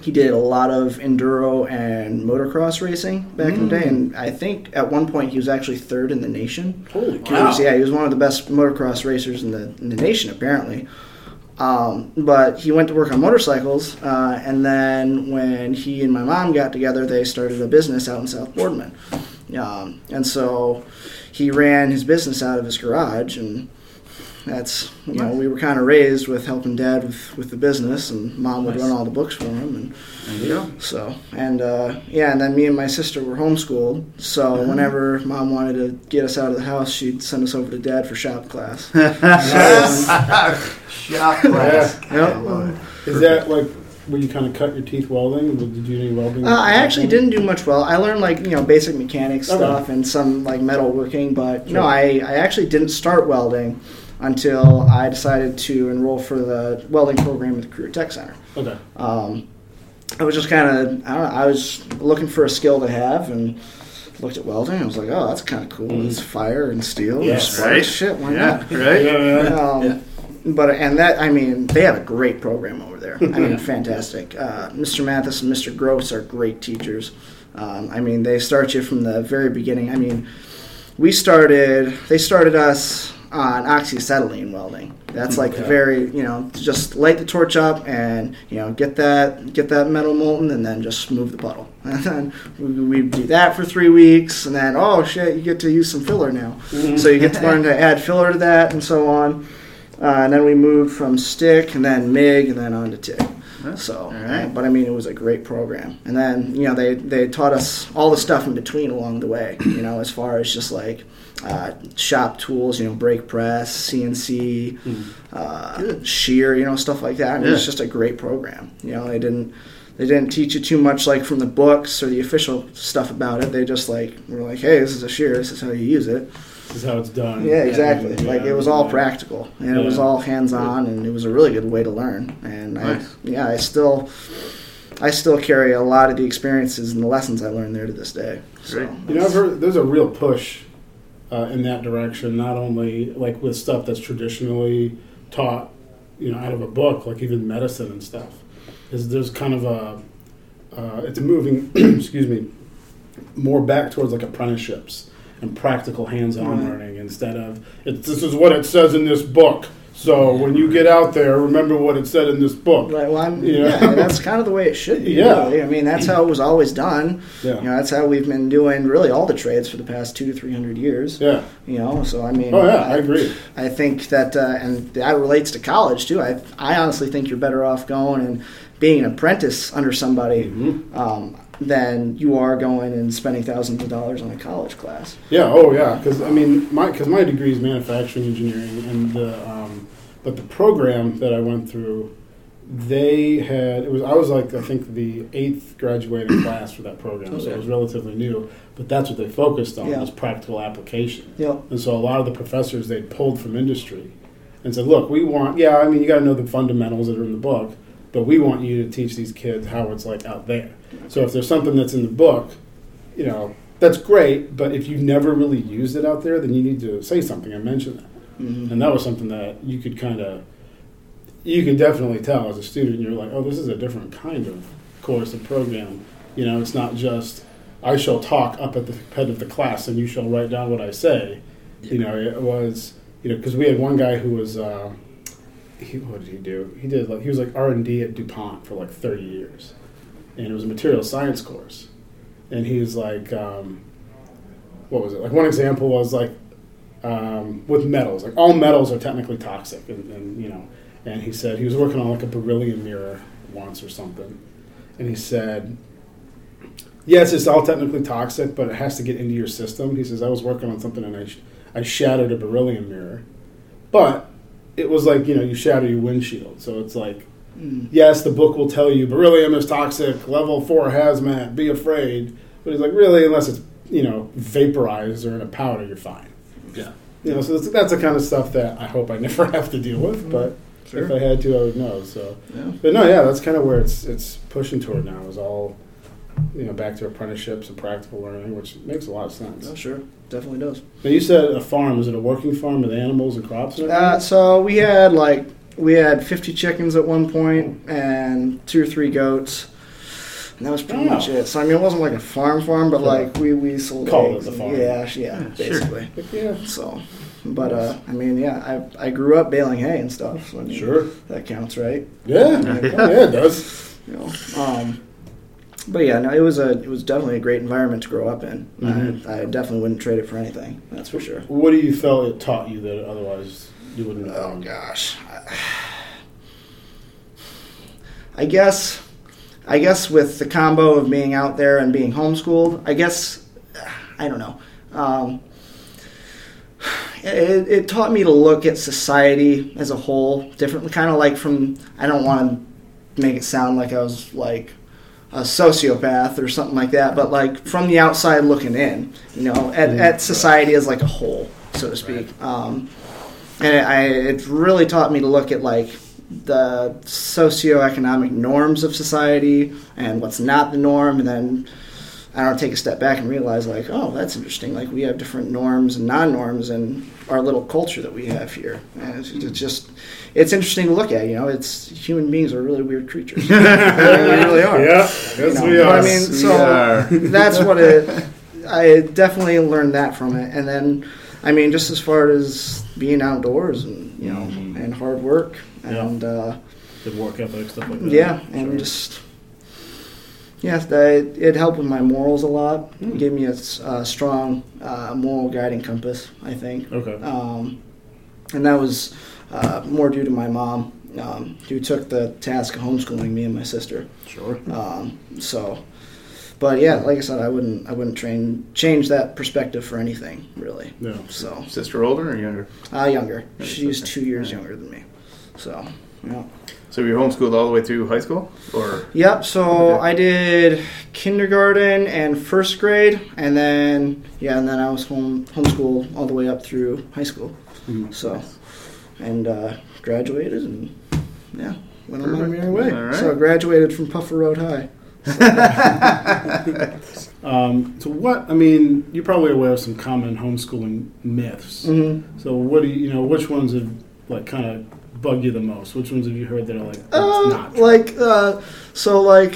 he did a lot of enduro and motocross racing back in the day, and I think at one point he was actually third in the nation. Mm. holy He was- yeah, he was one of the best motocross racers in the, in the nation, apparently. Um, but he went to work on motorcycles, uh, and then when he and my mom got together, they started a business out in South Boardman. Um, and so he ran his business out of his garage, and that's you know we were kind of raised with helping dad with, with the business, and mom would run all the books for him, and so and uh, yeah, and then me and my sister were homeschooled. So whenever mom wanted to get us out of the house, she'd send us over to dad for shop class. Shop class. Yep. Is that like where you kind of cut your teeth welding? Did you do any welding? Uh, I actually didn't do much well. I learned like you know basic mechanics Okay. stuff and some like metal working, but no, Sure. I, I actually didn't start welding until I decided to enroll for the welding program at the Career Tech Center. Okay. Um, I was just kind of I don't know. I was looking for a skill to have and looked at welding. I was like, oh, that's kind of cool. It's fire and steel. Yeah, It's right? Shit, why Yeah, not? right. Um, Yeah. But and that I mean they have a great program over there. I mean fantastic. Uh, Mr. Mathis and Mr. Gross are great teachers. Um, I mean they start you from the very beginning. I mean we started they started us on oxyacetylene welding. That's like the Okay. very you know just light the torch up and you know get that get that metal molten and then just move the puddle. And then we, we do that for three weeks and then oh shit you get to use some filler now. So you get to learn to add filler to that and so on. Uh, and then we moved from stick and then MIG and then on to TIG. So, right. uh, but I mean, it was a great program. And then, you know, they, they taught us all the stuff in between along the way, you know, as far as just like uh, shop tools, you know, brake press, CNC, uh, shear, you know, stuff like that. I mean, It was Hmm. Yeah. just a great program. You know, they didn't. They didn't teach you too much, like from the books or the official stuff about it. They just like were like, "Hey, this is a shear. This is how you use it." This is how it's done. Yeah, exactly. Yeah, Like it was all yeah. practical and it was Yeah. all hands on, and it was a really good way to learn. And Nice. I, yeah, I still, I still carry a lot of the experiences and the lessons I learned there to this day. So, Great. You know, I've heard there's a real push uh, in that direction. Not only like with stuff that's traditionally taught, you know, out of a book, like even medicine and stuff. Is there's kind of a uh, it's moving, excuse me, more back towards like apprenticeships and practical hands-on Right. learning instead of it, this is what it says in this book. So when you get out there, remember what it said in this book. Right, well, I'm, Yeah. yeah. that's kind of the way it should be. Yeah. really. I mean, that's how it was always done. Yeah. You know, that's how we've been doing really all the trades for the past two to three hundred years. Yeah. You know, so I mean, Oh yeah, I agree. I think that, uh, and that relates to college too. I, Mm-hmm. I honestly think you're better off going and being an apprentice under somebody. Um, than you are going and spending thousands of dollars on a college class. Yeah. Oh, yeah. Because I mean, my because my degree is manufacturing engineering, and the um, but the program that I went through, they had it was I was like I think the eighth graduating class for that program, so it was relatively new. But that's what they focused on Yeah. was practical application, Yep. and so a lot of the professors they pulled from industry, and said, look, we want yeah, I mean, you got to know the fundamentals that are in the book, but we want you to teach these kids how it's like out there. So if there's something that's in the book, you know, that's great, but if you've never really used it out there, then you need to say something and mention that. Mhm. And that was something that you could kind of, you can definitely tell as a student, you're like, oh, this is a different kind of course and program. You know, it's not just, I shall talk up at the head of the class and you shall write down what I say. You know, it was, you know, because we had one guy who was, uh, he, what did he do? He did like, he was like R&D at DuPont for like 30 years. And it was a material science course. And he was like, um, what was it? Like one example was like um, with metals. Like all metals are technically toxic, and, and you know. And he said he was working on like a beryllium mirror once or something, and he said, "Yes, it's all technically toxic, but it has to get into your system." He says, "I was working on something and I, sh- I shattered a beryllium mirror, but it was like you know you shatter your windshield, so it's like." Yes, the book will tell you beryllium is toxic, level four hazmat, be afraid. But he's like, really, unless it's you know vaporized or in a powder, you're fine Yeah. you know, so that's, that's the kind of stuff that I hope I never have to deal with. Mm-hmm. But if I had to, I would know. So, Yeah. but no, yeah, that's kind of where it's it's pushing toward now. Is all you know back to apprenticeships and practical learning, which makes a lot of sense. Oh, sure. Definitely does. Now you said a farm. Is it a working farm with animals and crops? And Uh, everything? so we had like we had 50 chickens at one point and two or three goats. And that was pretty Wow. much it. So I mean, it wasn't like a farm farm, but like we we sold Call it eggs a and- farm. Yeah, sh- yeah, basically. Like, yeah, So, but uh, I mean, yeah, I I grew up baling hay and stuff. So I mean, sure. that counts, right? Yeah, oh, yeah, it does. you know. Um, but yeah, no, it was a it was definitely a great environment to grow up in. Mhm. I, I definitely wouldn't trade it for anything. That's for sure. What do you feel it taught you that otherwise you wouldn't have? Oh known? gosh, I guess I guess with the combo of being out there and being homeschooled, I guess I don't know. Um, it, it taught me to look at society as a whole differently, kind of like from. I don't want to make it sound like I was like a sociopath or something like that, but like from the outside looking in, you know, at, at society as like a whole, so to speak. Um, and it, I, it really taught me to look at like the socioeconomic norms of society and what's not the norm, and then I don't know, take a step back and realize like, oh, that's interesting. Like we have different norms and non-norms in our little culture that we have here, and it's, it's just it's interesting to look at. You know, it's human beings are really weird creatures. they really are. Yeah, yes, know, we but are. I mean, We so- are. that's what it i definitely learned that from it and then i mean just as far as being outdoors and you know and hard work Mm-hmm. Yeah. and uh, the work ethic stuff like that. yeah and just yeah that, it helped with my morals a lot Hmm. gave me a s- a strong uh, moral guiding compass i think okay. um, and that was uh, more due to my mom um, who took the task of homeschooling me and my sister Sure. um, so, but yeah, like I said, I wouldn't, I wouldn't train, change that perspective for anything, really. Yeah. So, Sister older or younger? uh, younger. That's She's okay. two years Yeah. younger than me. So, yeah. So you're homeschooled all the way through high school, or Yep. So Okay. I did kindergarten and first grade, and then yeah, and then I was home homeschool all the way up through high school. Mm-hmm. Mhm. So, and uh, graduated, and yeah, went on my Perfect. merry way. All right. So I graduated from Puffer Road High. Um, so what? I mean, you're probably aware of some common homeschooling myths. Mm-hmm. hmm So what do you, you know? Which ones have like kind of bug you the most? Which ones have you heard that are like that's Uh, not true? like uh, so like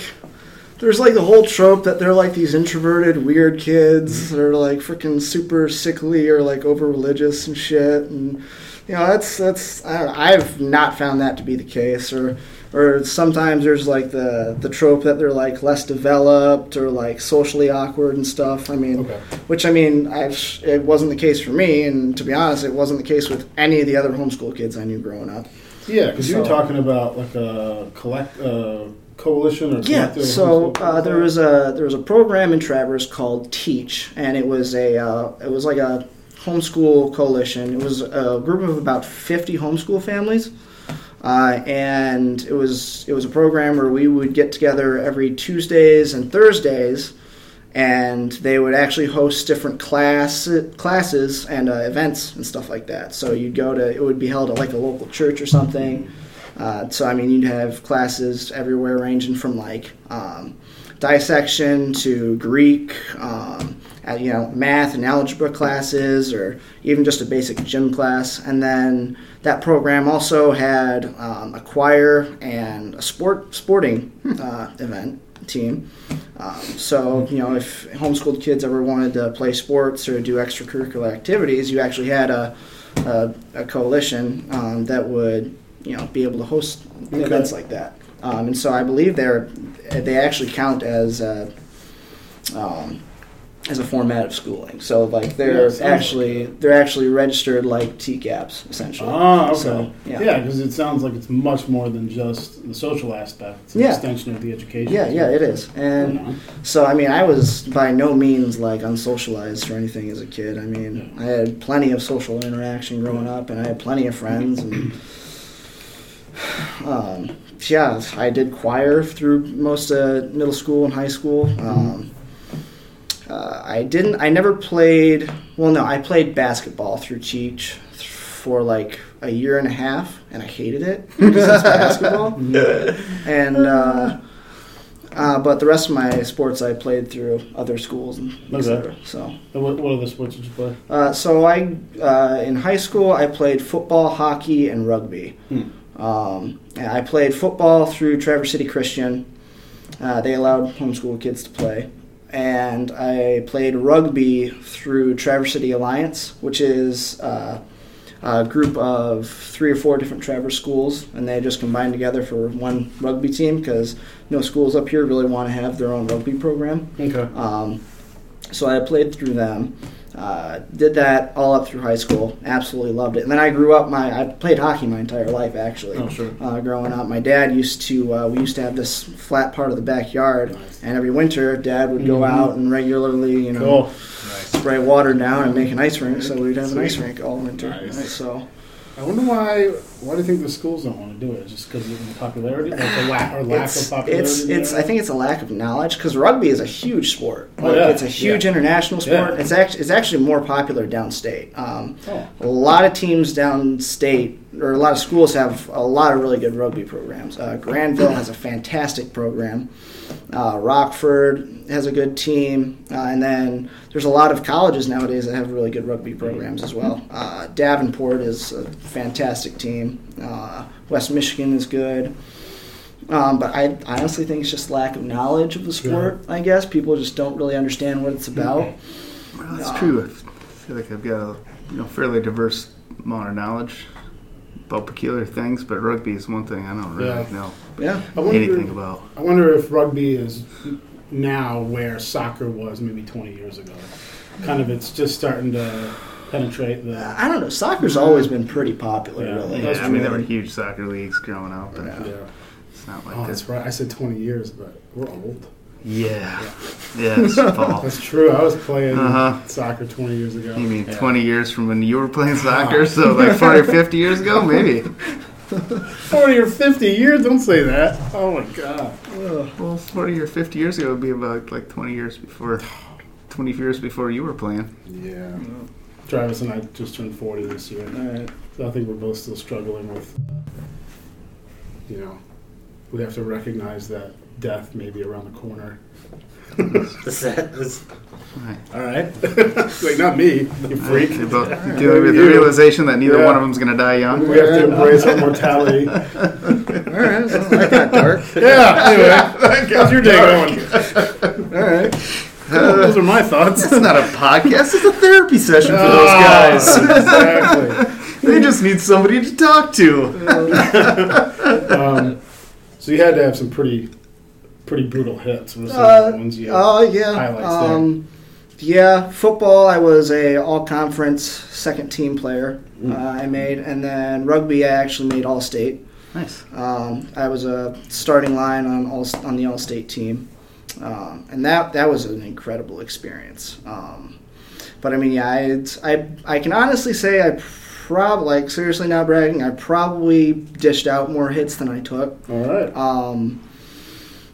there's like the whole trope that they're like these introverted weird kids Mm-hmm. that are like freaking super sickly or like over religious and shit and you know that's that's I don't know, I've not found that to be the case or or sometimes there's like the the trope that they're like less developed or like socially awkward and stuff I mean Okay. which I mean I've it wasn't the case for me and to be honest it wasn't the case with any of the other homeschool kids I knew growing up Yeah, because you were So- talking about like a collect uh, coalition or Yeah. collective or So something? uh, there was a there was a program in Traverse called Teach, and it was a uh, it was like a homeschool coalition. It was a group of about fifty homeschool families, uh, and it was it was a program where we would get together every Tuesdays and Thursdays. And they would actually host different class classes and uh, events and stuff like that. So you'd go to it would be held at like a local church or something, uh, so I mean, you'd have classes everywhere, ranging from like um, dissection to Greek, um, uh, you know, math and algebra classes, or even just a basic gym class. And then that program also had um, a choir and a sport sporting uh, event team. Um, so you know, if homeschooled kids ever wanted to play sports or do extracurricular activities, you actually had a a, a coalition um, that would you know be able to host Okay. events like that. Um, and so I believe they're they actually count as uh, um, as a format of schooling. So like Yeah, they're it sounds like actually they're actually registered like TCAPs essentially. Ah, okay. So, yeah, yeah. because it sounds like it's much more than just the social aspect. It's an Yeah. extension of the education. Yeah, yeah, it is. And Mm-hmm. So I mean, I was by no means like unsocialized or anything as a kid. I mean, I had plenty of social interaction growing up, and I had plenty of friends. And um, yeah, I did choir through most of middle school and high school. Um, uh, I didn't. I never played. Well, no, I played basketball through Cheech for like a year and a half, and I hated it because it's basketball and uh, uh, but the rest of my sports I played through other schools and et Okay. cetera. So, And what, what other sports did you play? uh, so I uh, in high school I played football, hockey, and rugby. Um, and I played football through Traverse City Christian. Uh, they allowed homeschool kids to play. And I played rugby through Traverse City Alliance, which is uh, a group of three or four different Traverse schools, and they just combined together for one rugby team because no schools up here really want to have their own rugby program. Okay. Um, so I played through them. Uh, did that all up through high school. Absolutely loved it. And then I grew up. My I played hockey my entire life actually. Oh, sure. Uh, growing up, my dad used to. Uh, we used to have this flat part of the backyard, and every winter, Dad would go Mhm. out and regularly, you know, Cool. spray water down and make an ice rink. So we'd have an ice Sweet. rink all winter. Nice. So I wonder why. Why do you think the schools don't want to do it? Just because of the popularity, like the lack or lack it's of popularity. it's, it's I think it's a lack of knowledge because rugby is a huge sport. Oh, Like, yeah. It's a huge international Yeah. sport. It's actually it's actually more popular downstate. Um, Oh. A lot of teams downstate or a lot of schools have a lot of really good rugby programs. Uh, Granville has a fantastic program. Uh, Rockford has a good team, uh, and then there's a lot of colleges nowadays that have really good rugby programs as well. Uh, Davenport is a fantastic team. Uh, West Michigan is good. Um, but I I honestly think it's just lack of knowledge of the sport. I guess people just don't really understand what it's about. Well, that's true. I feel like I've got a you know fairly diverse amount of knowledge about peculiar things, but rugby is one thing I don't really Yeah. know Yeah, I wonder, anything about. I wonder if rugby is now where soccer was maybe 20 years ago. Kind of, it's just starting to penetrate the. I don't know. Soccer's always been pretty popular, Mm-hmm. Yeah. really. Yeah, That's I mean there were true. huge soccer leagues growing up, but Yeah. it's not like Oh, Ah, this. that's right. I said 20 years, but we're old. Yeah, yeah, it's fall. That's true. I was playing Uh-huh. soccer 20 years ago. You mean Yeah. 20 years from when you were playing Oh. soccer? So like 40 or 50 years ago, maybe. 40 or 50 years? Don't say that. Oh my god. Well, 40 or 50 years ago would be about like 20 years before, 20 years before you were playing. Yeah. Travis and I just turned 40 this year. All right. So I think we're both still struggling with, uh, you know, we have to recognize that death may be around the corner. Is that, is, Right. all right. Wait, not me, you freak. They're both dealing with the realization that neither one of them's going to die young. We have to embrace our mortality. All right, so that got dark. yeah, anyway, how's your day going? All right. Those are my thoughts. It's not a podcast. It's a therapy session for those Ah. guys. exactly. They just need somebody to talk to. Um, so you had to have some pretty, pretty brutal hits. What are some of Uh, the ones you- Oh yeah. Highlights there. Um, yeah, football. I was a all Mm. conference second team player. Uh, I made, and then rugby. I actually made all state. Nice. Um, I was a starting line on all on the All-State team, um, and that that was an incredible experience. Um, but I mean, yeah, I, it's- I I can honestly say I probably like seriously not bragging. I probably dished out more hits than I took. All right. Um,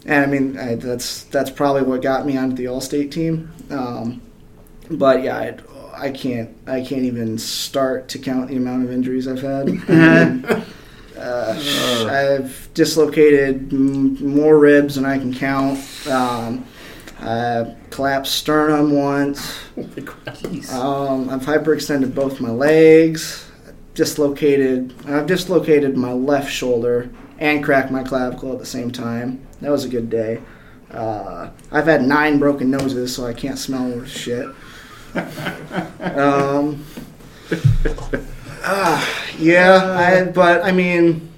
and I mean, I, that's that's probably what got me onto the All-State team. Um, but yeah, I, I can't I can't even start to count the amount of injuries I've had. uh, sh- I've dislocated m- more ribs than I can count. Um, I collapsed sternum once. Um, I've hyperextended both my legs, dislocated. I've dislocated my left shoulder and cracked my clavicle at the same time. That was a good day. Uh, I've had nine broken noses, so I can't smell worth shit. um, ah, yeah, I, but I mean,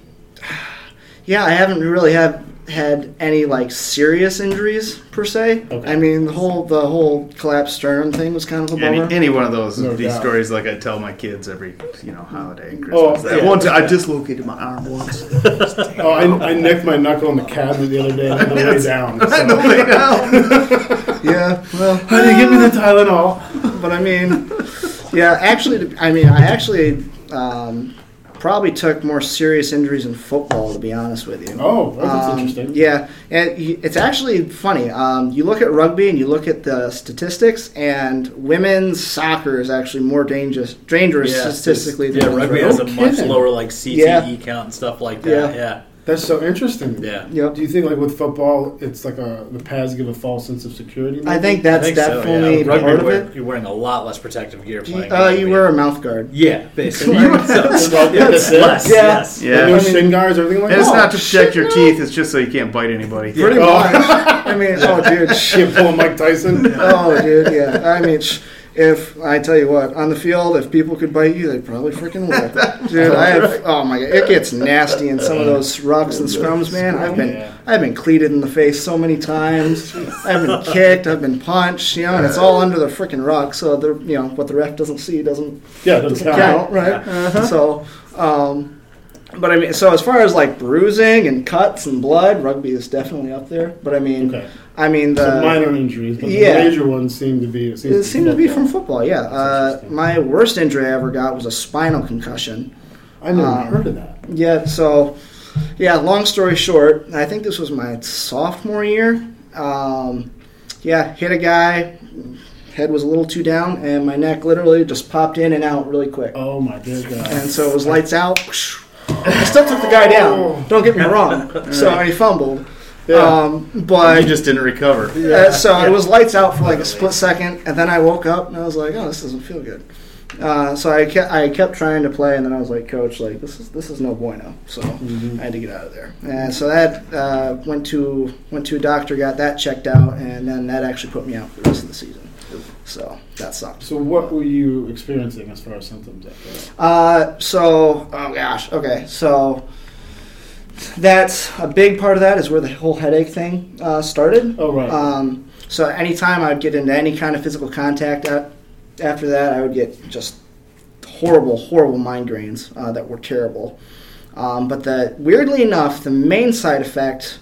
yeah, I haven't really have had any like serious injuries per se. Okay. I mean, the whole the whole collapsed sternum thing was kind of a bummer. Any, any one of those No would be doubt. stories like I tell my kids every you know holiday and Oh, Christmas. That yeah. one time I dislocated my arm once. Oh, I, I nicked my knuckle in the cabinet the other day on the way down. so- yeah, well, Honey, give me the Tylenol. but I mean, yeah, actually, I mean, I actually um, probably took more serious injuries in football, to be honest with you. Oh, that's Um, interesting. Yeah, and y- it's actually funny. Um, you look at rugby and you look at the statistics, and women's soccer is actually more dangerous, dangerous Yeah, statistically yeah, than rugby No has a women's much kidding. lower like CTE Yeah. count and stuff like that. Yeah, That's so interesting. yeah. Yep. Do you think like with football, it's like a the pads give a false sense of security? I maybe? think that's definitely With rugby, part of wear- it. You're wearing a lot less protective gear. Do you, playing uh, you rugby. wear a mouth guard. yeah, basically. That's right, yeah, that's it. less. Yeah. Yes. And yeah. no shin guards or anything like And that. it's not to shit, protect your no. teeth. It's just so you can't bite anybody. Pretty Oh. much. I mean, oh, dude, Shit, pulling Mike Tyson. oh, dude, yeah. I mean, sh- if I tell you what, on the field, if people could bite you, they probably freaking would. Dude, I have, oh my god, it gets nasty in some of those rucks and scrums, man. I've been, Yeah. I've been cleated in the face so many times. I've been kicked. I've been punched. You know, and it's all under the freaking ruck. So the, you know, what the ref doesn't see doesn't Yeah, that's count, right? So, um, but I mean, so as far as like bruising and cuts and blood, rugby is definitely up there. But I mean, Okay. I mean the Some minor injuries, but Uh, yeah. the major ones seem to be. It seems, it seemed to be from football. football, yeah. Uh, interesting. my worst injury I ever got was a spinal concussion. I never um, heard of that. Yeah, so, yeah, long story short, I think this was my sophomore year. Um, yeah, hit a guy, head was a little too down, and my neck literally just popped in and out really quick. Oh my dear God. And so it was lights out. I still took the guy down, don't get me wrong. So he fumbled. Yeah. Um, but You just didn't recover. uh, so it was lights out for like a split second, and then I woke up and I was like, "Oh, this doesn't feel good." Uh, so I kept I kept trying to play, and then I was like, "Coach, like this is this is no bueno." So I had to get out of there. And so that uh, went to went to a doctor, got that checked out, and then that actually put me out for the rest of the season. So that sucks. So what were you experiencing as far as symptoms after that? Uh, so oh gosh, okay, so. That's a big part of that is where the whole headache thing uh, started. Oh right. Um, so anytime I'd get into any kind of physical contact a- after that, I would get just horrible, horrible migraines uh, that were terrible. Um, but the weirdly enough, the main side effect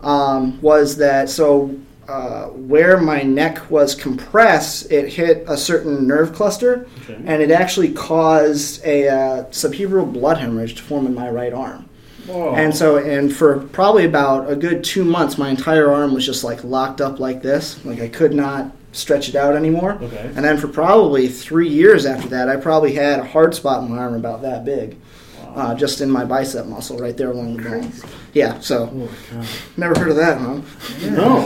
um, was that so uh, where my neck was compressed, it hit a certain nerve cluster, Okay. and it actually caused a uh, subhebral blood hemorrhage to form in my right arm. Whoa. And so, and for probably about a good two months, my entire arm was just like locked up like this. Like I could not stretch it out anymore. Okay. And then for probably three years after that, I probably had a hard spot in my arm about that big. Uh, just in my bicep muscle right there along the bone. Yeah, oh so my God. never heard of that, huh? No.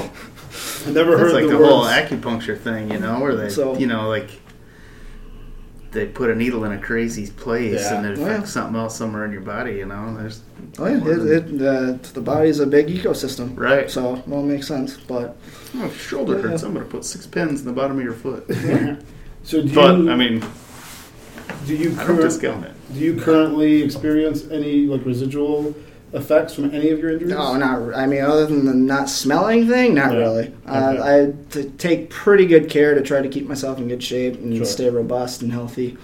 I never That's heard like the, the, words. whole acupuncture thing, you know, where they, So- you know, like they put a needle in a crazy place Yeah. and it Yeah. affects something else somewhere in your body, you know. There's Oh, yeah, it, it, uh, the body's a big ecosystem. right. So, well, it makes sense. But oh, shoulder hurts. I'm gonna put six pins in the bottom of your foot. So do but you, I mean, do you I don't current, discount it. do you currently experience any like residual effects from any of your injuries? No, not. r- I mean, other than the not smelling thing, not Yeah. really. Uh, I t- take pretty good care to try to keep myself in good shape and Sure. stay robust and healthy.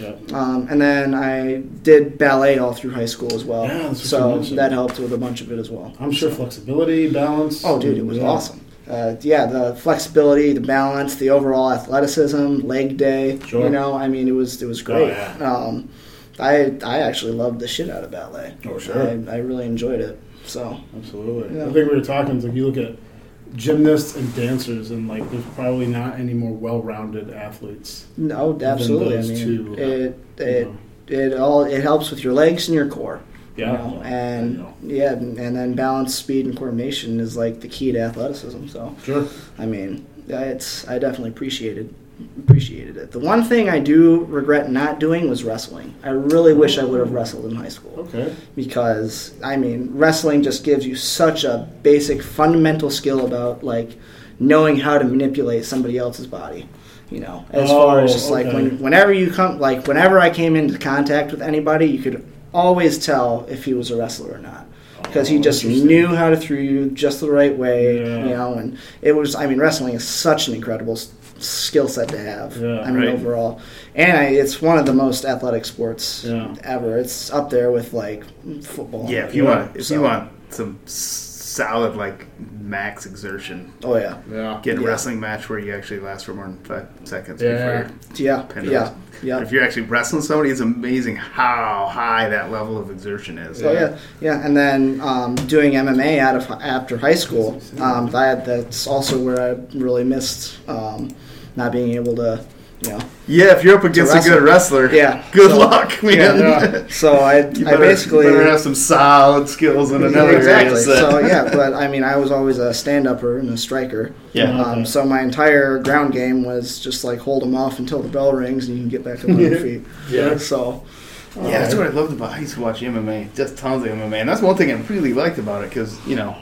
Yeah. Um, and then I did ballet all through high school as well, Yeah, that's what you so mentioned. that helped with a bunch of it as well. I'm sure flexibility, balance. Oh, dude, it was yeah. awesome. Uh, yeah, the flexibility, the balance, the overall athleticism, leg day. Sure. Oh, You know, I mean, it was it was great. yeah. um, I I actually loved the shit out of ballet. Oh, sure. I, I really enjoyed it. So Absolutely. Yeah. I think we were talking, it's like you look at gymnasts and dancers, and like there's probably not any more well rounded athletes. no, absolutely. I those mean, two, it you it know. it all it helps with your legs and your core. Yeah. You know? And Yeah. yeah, and then balance, speed, and coordination is like the key to athleticism. So Sure. I mean, yeah, it's I definitely appreciated appreciated it. The one thing I do regret not doing was wrestling. I really wish I would have wrestled in high school Okay. because I mean, wrestling just gives you such a basic fundamental skill about like knowing how to manipulate somebody else's body. You know, as Oh, far as just like okay. when, whenever you come, like whenever I came into contact with anybody, you could always tell if he was a wrestler or not because he Oh, just interesting. knew how to throw you just the right way, Yeah. you know. And it was, I mean, wrestling is such an incredible s- skill set to have. Yeah, I mean, right. overall, and I, it's one of the most athletic sports Yeah. ever. It's up there with like football. Yeah, if you Yeah. want, if you want some s- solid like max exertion, Oh yeah, Yeah. get a Yeah. wrestling match where you actually last for more than five seconds. Yeah. Before yeah, Pin yeah, yeah. If you're actually wrestling somebody, it's amazing how high that level of exertion is. Oh yeah, yeah, and then um, doing MMA out of after high school. Um, that that's also where I really missed um, not being able to, you know, Yeah, if you're up against a wrestle. good wrestler, Yeah. good So- luck, man. Yeah. So I, You I better, basically you better have some solid skills in another exactly. area. So yeah, but I mean, I was always a stand-upper and a striker. Yeah. Um, so my entire ground game was just like hold them off until the bell rings and you can get back up on your feet. Yeah. So Yeah, that's what I loved about. I used to watch MMA, just tons of MMA, and that's one thing I really liked about it because you know,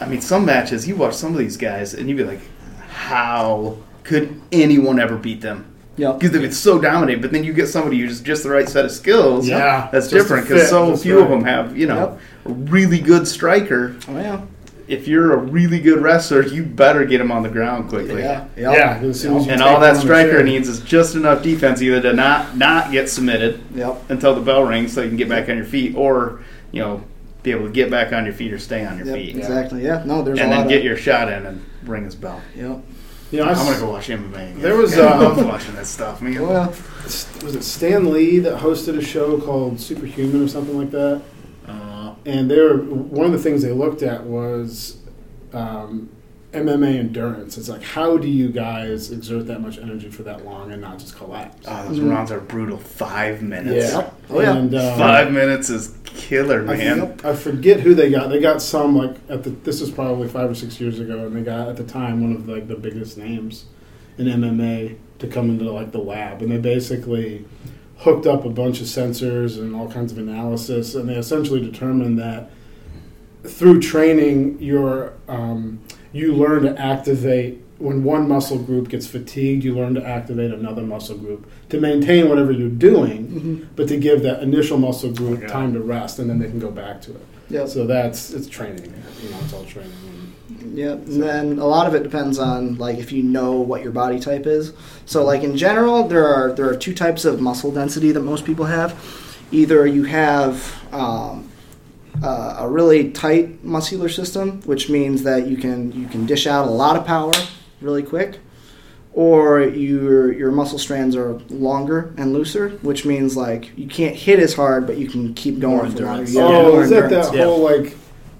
I mean, some matches you watch some of these guys and you'd be like, how could anyone ever beat them? yeah, Because they've been so dominant, but then you get somebody who's just the right set of skills. Yeah. that's Just different the because fit, so that's few of right. them have you know a really good striker. oh yeah, If you're a really good wrestler, you better get him on the ground quickly. yeah, Yeah. yeah, 'cause as soon as you And take all that one, striker sure. needs is just enough defense either to not not get submitted yep. until the bell rings so you can get back on your feet or you know be able to get back on your feet or stay on your Yep, feet exactly. Yeah, no, there's and a lot then get of your shot in and ring his bell yep. You know, I i'm s- gonna go watch mma again. There was, I love um, watching that stuff man Well, was it Stan Lee that hosted a show called Superhuman or something like that? uh, And they were, one of the things they looked at was um, MMA endurance. It's like, how do you guys exert that much energy for that long and not just collapse? oh, those rounds are brutal five minutes yeah. Oh, yeah. And, um, five minutes is killer I man think- I forget who they got. They got some like at the. This was probably five or six years ago, and they got at the time one of like the biggest names in MMA to come into like the lab, and they basically hooked up a bunch of sensors and all kinds of analysis, and they essentially determined that through training, your um, you learn to activate. When one muscle group gets fatigued, you learn to activate another muscle group to maintain whatever you're doing, but to give that initial muscle group Yeah. time to rest, and then they can go back to it. yep. So that's it's training. man. You know, it's all training. Yeah, and then a lot of it depends on like if you know what your body type is. So like in general, there are there are two types of muscle density that most people have. Either you have um, uh, a really tight muscular system, which means that you can you can dish out a lot of power really quick, or your your muscle strands are longer and looser, which means like you can't hit as hard, but you can keep More going for longer. endurance. You have oh, more is that endurance. that Yeah. whole like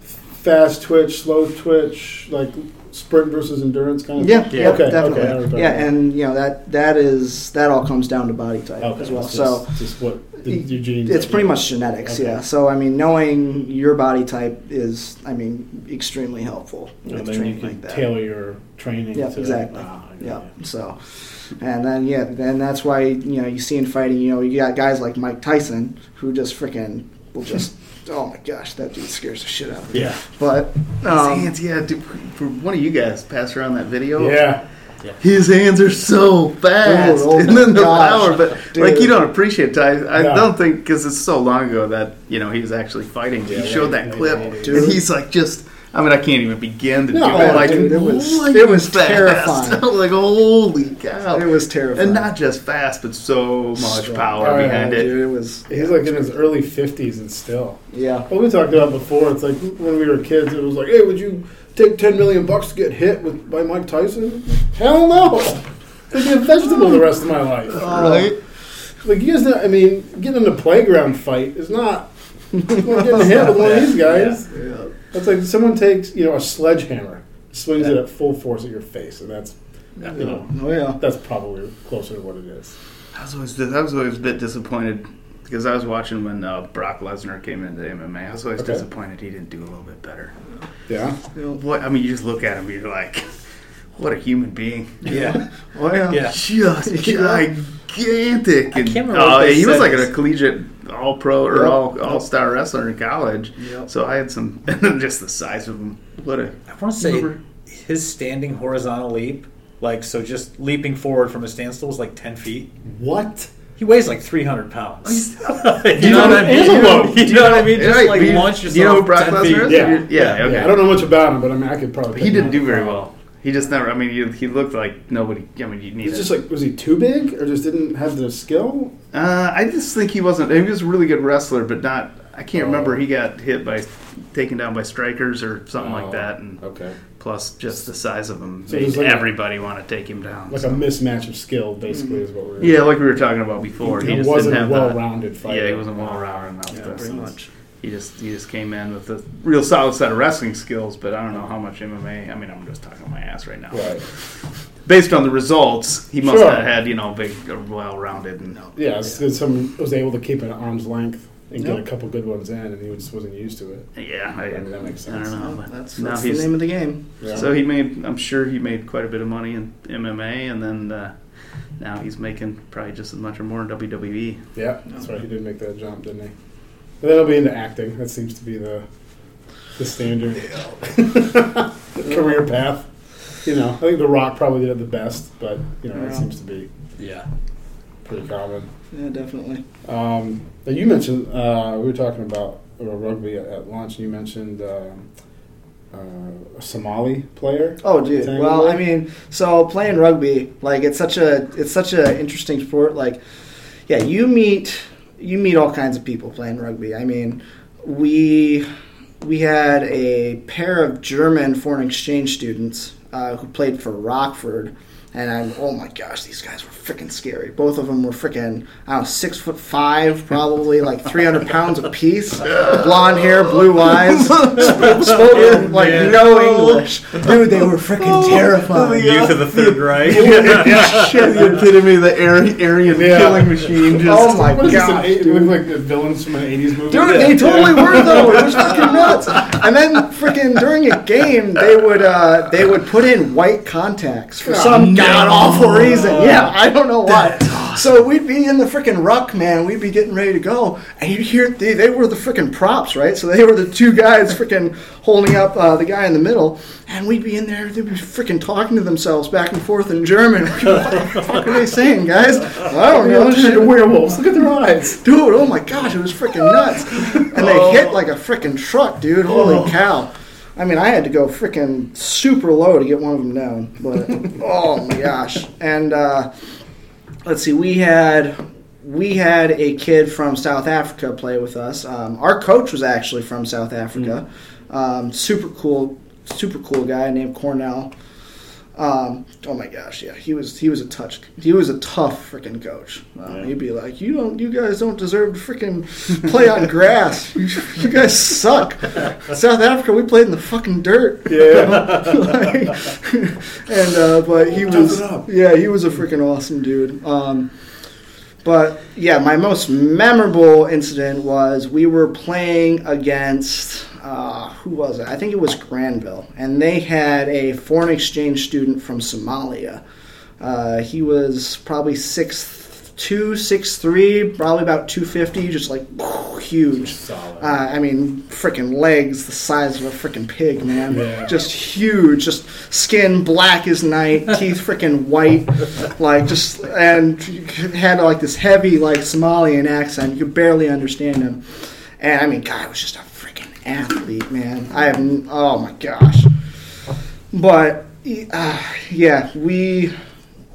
fast twitch, slow twitch, like sprint versus endurance kind of? Yeah, thing? yeah, okay, definitely. Okay, I remember yeah, that. and you know that that is that all comes down to body type okay, as well. it's So just, just what the, your genes. it's are. pretty much genetics, Okay. yeah. So I mean, knowing your body type is, I mean, extremely helpful You know, with then you training can like that. tailor your training. Yeah, to, exactly. Ah, I get Yeah. it. So, and then yeah, then that's why you know you see in fighting, you know, you got guys like Mike Tyson who just freaking will just, oh my gosh, that dude scares the shit out of me. Yeah. But His um, hands, yeah dude, for one of you guys passed around that video Yeah. his hands are so fast Oh, oh and then my the gosh, power but like dude. you don't appreciate I, I No. don't think because it's so long ago that you know he was actually fighting he showed that clip Dude. and he's like just I mean I can't even begin to No, do it like dude, it was- lightning it was fast. terrifying. like holy cow It was terrifying. and not just fast but so much Strong. power Oh, yeah, behind it dude, it was He's like in his early 50s and still. yeah. Well, we talked about before. It's like when we were kids, it was like, hey, would you take 10 million bucks to get hit with by Mike Tyson? Hell no! I'd be a vegetable the rest of my life. right Like, you guys know, I mean, getting in a playground fight is not. I'm getting hit with one of these guys. That's like someone takes, you know, a sledgehammer, swings it at full force at your face, and that's, you know, Oh yeah. that's probably closer to what it is. I was always I was always a bit disappointed because I was watching when uh, Brock Lesnar came into MMA. I was always Okay. disappointed he didn't do a little bit better. Yeah. What I mean, you just look at him, you're like, what a human being! Yeah. Oh yeah. Yeah. Just gigantic. And, remember oh, what they he was said. like a collegiate all pro or Yep. all all star wrestler in college. Yep. So I had some, and then just the size of him. What a I want to say Remember- his standing horizontal leap, like so, just leaping forward from a standstill is like ten feet. What? He weighs like three hundred pounds. you know know what I an mean? antelope. You know what I mean? Yeah, Just right, like but you- launch do yourself you know who Brock 10 Lesnar feet. is? Yeah. Yeah, okay. I don't know much about him, but I mean, I could probably. He didn't do very well. well. He just never. I mean, he, he looked like nobody. I mean, you need. It's just like, was he too big or just didn't have the skill? Uh, I just think he wasn't. He was a really good wrestler, but not. I can't remember. He got hit by, taken down by strikers or something like that, and Oh, Okay. plus just the size of him So it made was like a- everybody want to take him down. Like a so. mismatch of skill, basically, is what we're. Mm-hmm. yeah, like we were talking about before. He, He just wasn't didn't a have well well rounded the, fighter. Yeah, he wasn't well rounded enough. to- Pretty much. He just he just came in with a real solid set of wrestling skills, but I don't know how much MMA. I mean, I'm just talking my ass right now. Right. Based on the results, he must Sure. have had you know big, well rounded and. Yeah, it's 'cause someone was able to keep it at arm's length and get Yep. a couple good ones in, and he just wasn't used to it. Yeah, I, I mean, that makes I sense. don't know. but That's, now that's the he's- name of the game. Yeah. So he made, I'm sure he made quite a bit of money in MMA, and then uh, now he's making probably just as much or more in E. WWE. yeah, that's right. He did make that jump, didn't he? But then he'll be into acting. That seems to be the the standard career path. You know, I think The Rock probably did it the best, but you know, that Yeah. seems to be Yeah. pretty common. Yeah, definitely. Um, now you mentioned uh, we were talking about uh, rugby at, at lunch, and you mentioned um, uh, a Somali player. Oh, dude. Tango Well, ball? I mean, so playing rugby, like it's such a it's such an interesting sport. Like, yeah, you meet you meet all kinds of people playing rugby. I mean, we we had a pair of German foreign exchange students uh, who played for Rockford. And I'm, oh my gosh, these guys were freaking scary. Both of them were freaking, I don't know, six foot five, probably like 300 pounds apiece. Blonde hair, blue eyes. Spoken like man. no English. Dude, they were Oh. freaking terrifying. Youth of the Third Reich. Shit, you're kidding me? The Aryan Yeah. killing machine Oh my What is this, an gosh. eight- they look like the villains from an '80s movie. Dude, they totally were though. It was freaking nuts. And then freaking during a game, they would uh, they would put in white contacts for some god awful reason. Yeah, I don't know why. So we'd be in the freaking ruck, man. We'd be getting ready to go, and you'd hear they, they were the freaking props, right? So they were the two guys freaking holding up uh, the guy in the middle, and we'd be in there. They'd be freaking talking to themselves back and forth in German. what the fuck are they saying, guys? I Oh, don't know. They're Shit. werewolves. Look at their eyes. Dude, oh my gosh, it was freaking nuts. And they hit like a freaking truck, dude. Holy cow. I mean, I had to go freaking super low to get one of them down. But oh my gosh. And uh, let's see, we had we had a kid from South Africa play with us. Um, our coach was actually from South Africa. Um, super cool, super cool guy named Cornell. Um, oh my gosh, yeah, he was he was a touch he was a tough freaking coach. Um, He'd be like, you don't you guys don't deserve to freaking play on grass. You, you guys suck. South Africa, we played in the fucking dirt. Yeah, Like, and uh, but he Tough was it up. yeah he was a freaking awesome dude. Um, but yeah, my most memorable incident was we were playing against uh, who was it? I think it was Granville, and they had a foreign exchange student from Somalia. Uh, he was probably six two six three, probably about two fifty, just like huge. Solid. Uh, I mean, freaking legs the size of a freaking pig, man. Yeah. Just huge, just skin black as night, teeth freaking white, like just and had like this heavy like Somalian accent. You could barely understand him, and I mean, guy was just a freaking athlete, man. I have, n- oh my gosh, but uh, yeah, we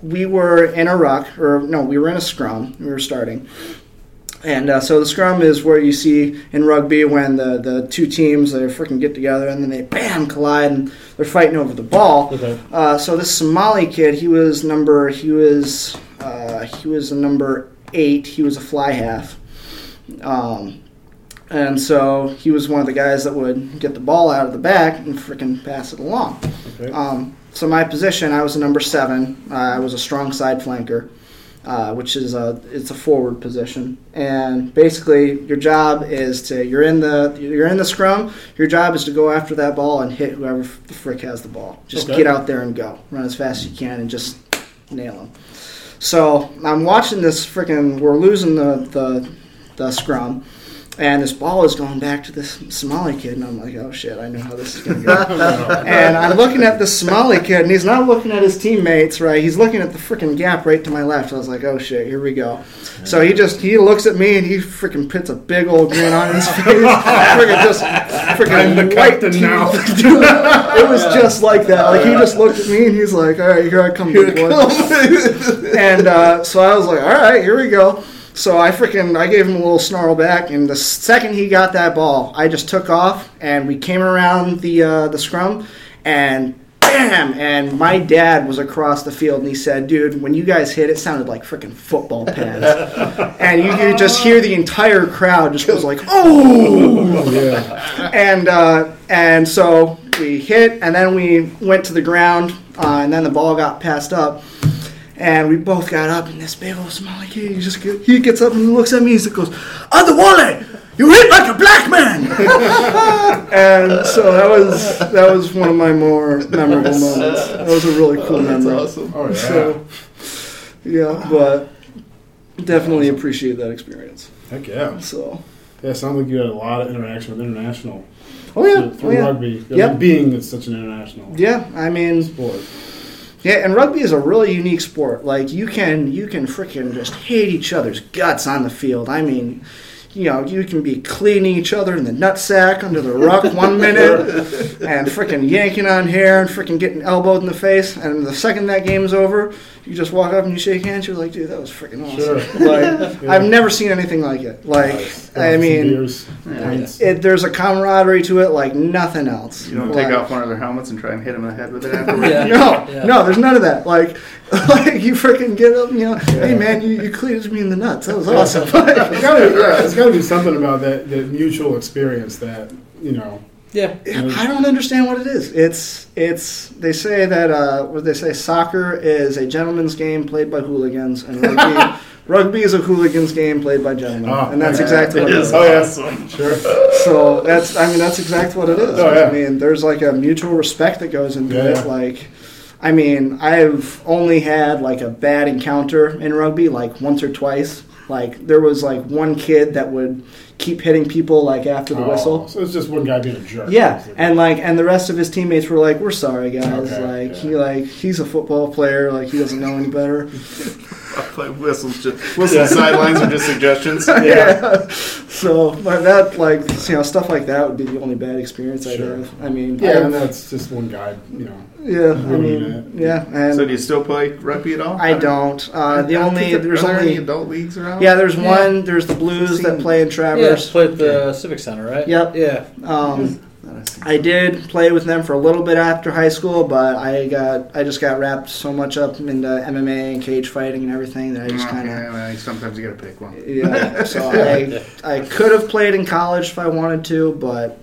we were in a ruck, or no, we were in a scrum. We were starting. And uh, so the scrum is where you see in rugby when the, the two teams they freaking get together and then they bam collide and they're fighting over the ball. Okay. Uh, so this Somali kid, he was number he was uh, he was a number eight. He was a fly half, um, and so he was one of the guys that would get the ball out of the back and freaking pass it along. Okay. Um, so my position, I was a number seven. Uh, I was a strong side flanker, uh, which is a it's a forward position. And basically, your job is to you're in the you're in the scrum. Your job is to go after that ball and hit whoever f- the frick has the ball. Just Okay. get out there and go. Run as fast as you can and just nail them. So I'm watching this freaking. We're losing the the, the scrum. And this ball is going back to this Somali kid, and I'm like, oh shit, I know how this is going to go and I'm looking at this Somali kid, and he's not looking at his teammates, right? He's looking at the freaking gap right to my left. I was like, oh shit, here we go. So he just he looks at me and he freaking puts a big old grin on his face. freaking just I'm the freaking white captain now. teeth. Dude, it was just like that. Like he just looked at me and he's like, all right, here I come, big boy. and uh, so I was like, all right, here we go. So I freaking I gave him a little snarl back, and the second he got that ball, I just took off, and we came around the uh, the scrum, and bam! And my dad was across the field, and he said, "Dude, when you guys hit, it sounded like freaking football pads." and you could just hear the entire crowd just was like, "Oh!" yeah. and uh, and so we hit, and then we went to the ground, uh, and then the ball got passed up, and we both got up, and this big old Somali kid, he just get, he gets up and he looks at me, he just goes, "Other wallet, you hit like a black man," and so that was that was one of my more memorable moments. That was a really cool that's memory. awesome. Oh, yeah. So yeah, but definitely appreciate that experience. Heck yeah. So Yeah, it sounds like you had a lot of interaction with international oh yeah, through, oh, through yeah. rugby. I Yep. mean, being it's such an international yeah. I mean. sport. Yeah, and rugby is a really unique sport. Like you can you can freaking just hate each other's guts on the field. I mean, you know, you can be cleaning each other in the nutsack under the ruck one minute and freaking yanking on hair and freaking getting elbowed in the face and the second that game's over, you just walk up and you shake hands, you're like, dude, that was freaking awesome. Like Yeah. I've never seen anything like it. Like I Some mean beers, Yeah. wines. it, there's a camaraderie to it like nothing else. You don't take Like- off one of their helmets and try and hit them in the head with it afterwards. Yeah. no, Yeah. no, there's none of that. Like, like you freaking get up, you know, hey man, you, you cleared me in the nuts. That was awesome. There's gotta, yeah, there's gotta be something about that, that mutual experience that, you know, Yeah. I don't understand what it is. It's it's they say that uh, what do they say soccer is a gentleman's game played by hooligans, and rugby, rugby is a hooligans game played by gentlemen, Oh, and that's yeah. exactly what It it is is. Oh, yeah. awesome. sure. So that's I mean that's exactly what it is. Oh, yeah. I mean there's like a mutual respect that goes into Yeah, yeah. it. Like I mean I've only had like a bad encounter in rugby like once or twice. Like there was like one kid that would keep hitting people like after the Oh, whistle. So it's just one guy being a jerk. Yeah, and like and the rest of his teammates were like, "We're sorry, guys. Okay, like yeah. he like he's a football player. Like he doesn't know any better." Play whistles, just, whistle sidelines are just suggestions. yeah. so but that like you know stuff like that would be the only bad experience I'd Sure. have. I mean, Yeah, I, and that's just one guy, you know. Yeah, I Ruining mean, yeah, and So do you still play rugby at all? I don't. Uh, the I don't only think there- there's are there any only adult leagues around. yeah, there's Yeah. one. There's the Blues that play in Yeah, it's Traverse. played at the Civic Center, right? Yep. Yeah. Um, That I see. I did play with them for a little bit after high school, but I got I just got wrapped so much up into MMA and cage fighting and everything that I just Okay, kind of. well, sometimes you gotta pick one. Yeah, so I I could have played in college if I wanted to, but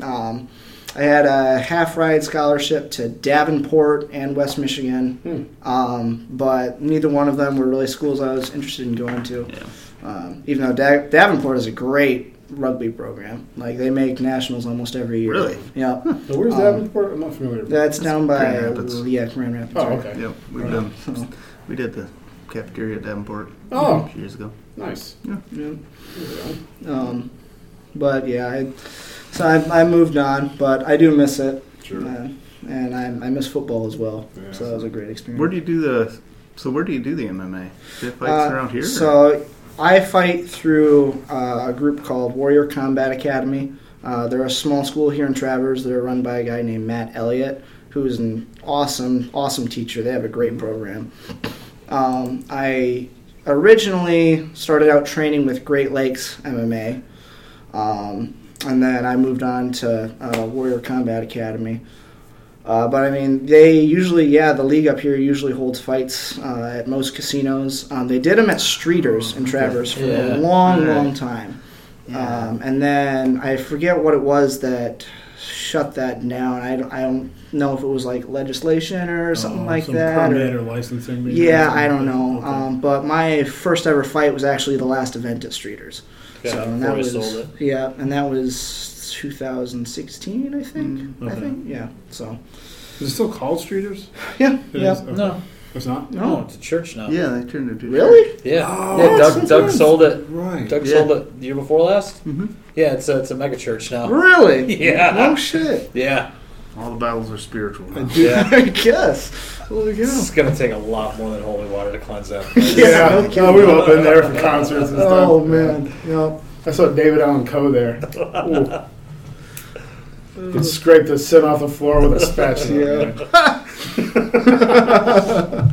um, I had a half ride scholarship to Davenport and West Michigan, Hmm. um, but neither one of them were really schools I was interested in going to. Um, even though da- Davenport is a great rugby program, like they make nationals almost every year. Really? Yeah, So where's Um, Davenport? I'm not familiar. that's down by Grand Rapids. yeah Grand Rapids. oh, right. okay. Yep, we've done. We did the cafeteria at Davenport Oh, years ago. nice. Yeah. There we go. Um, but yeah, I, so I, I moved on, but I do miss it, Sure. uh, and I, I miss football as well. Yeah. So that was a great experience. Where do you do the? So where do you do the MMA? Do you have fights Uh, around here? or- So I fight through uh, a group called Warrior Combat Academy. Uh, they're a small school here in Travers. They're run by a guy named Matt Elliott, who is an awesome, awesome teacher. They have a great program. Um, I originally started out training with Great Lakes MMA, um, and then I moved on to uh, Warrior Combat Academy. Uh, but I mean, they usually, yeah, the league up here usually holds fights uh, at most casinos. Um, they did them at Streeters in Travers for Yeah. a long, Right. long time. Yeah. Um, and then I forget what it was that shut that down. I don't, I don't know if it was like legislation or something Oh, like some that. or- Permit or licensing. maybe, or yeah, something. I don't know. Okay. Um, but my first ever fight was actually the last event at Streeters. Yeah, and before I sold it. Yeah, and that was 2016, I think. Mm, I okay. think, yeah. So, Is it still called Streeters? yeah, It yeah. is? Okay. No, It's not? no, Oh. No, it's a church now. yeah, they turned into really? yeah. Oh, yeah Doug, that's Doug right. sold it. Right. Doug Yeah. sold it the year before last. Mm-hmm. Yeah, it's a, it's a mega church now. Really? Yeah. No shit. Yeah, All the battles are spiritual. I Now. do. yeah. I guess. Well, yeah. It's gonna take a lot more than holy water to cleanse that. Yeah, no, we've all been there for concerts and stuff. Oh man. Yep. I saw David Allen Coe there. Uh. Ooh. Could scrape the sin off the floor with a spatula. Yeah.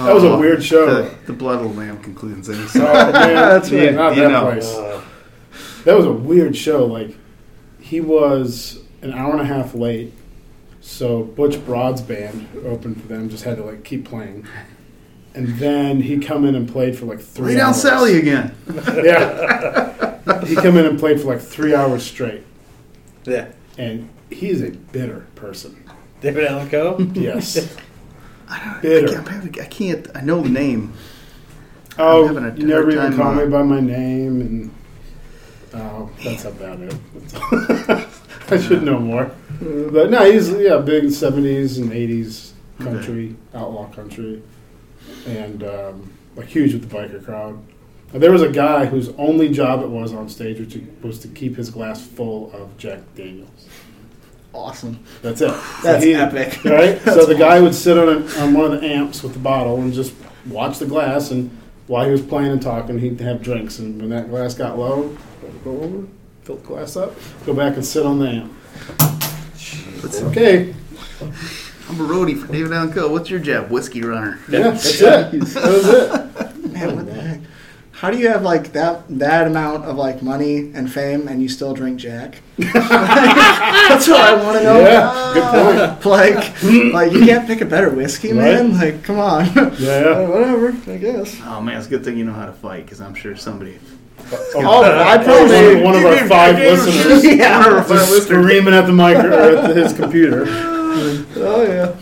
That was a weird show. Oh, The, the blood of the lamb concludes it. Oh, man. That's Yeah, right. Not You that know. place. That was a weird show. Like, he was an hour and a half late, so Butch Broad's band opened for them. Just had to like keep playing, and then he come in and played for like three. Lay down hours. Sally again. Yeah, he come in and played for like three hours straight, yeah. and he's a bitter person. David Allen Coe. Yes. I, don't, I, Bitter. can't, I'm having- I can't. I know the name. oh, having a you never hard even time, call uh, me by my name, and oh, that's about it. I should know more. Mm-hmm. But no, he's yeah, big seventies and eighties country, outlaw country, and um, like huge with the biker crowd. And there was a guy whose only job it was on stage was to, was to keep his glass full of Jack Daniels. Awesome. That's it. That's so he- epic. Right? so the guy would sit on, a, on one of the amps with the bottle and just watch the glass, and while he was playing and talking, he'd have drinks. And when that glass got low, go over, fill the glass up, go back and sit on the amp. Let's- Okay. I'm a roadie for David Allen Co. What's your job? Whiskey runner. Yeah, that's it. That was it. Man, what the heck? How do you have like that that amount of like money and fame and you still drink Jack? That's what I want to know. Yeah, good point. Like, like you can't pick a better whiskey, man. Like, come on. Yeah. Whatever, I guess. Oh man, it's a good thing you know how to fight because I'm sure somebody. Oh, I probably one of our five listeners Yeah. just screaming at the mic or at his computer. Oh yeah.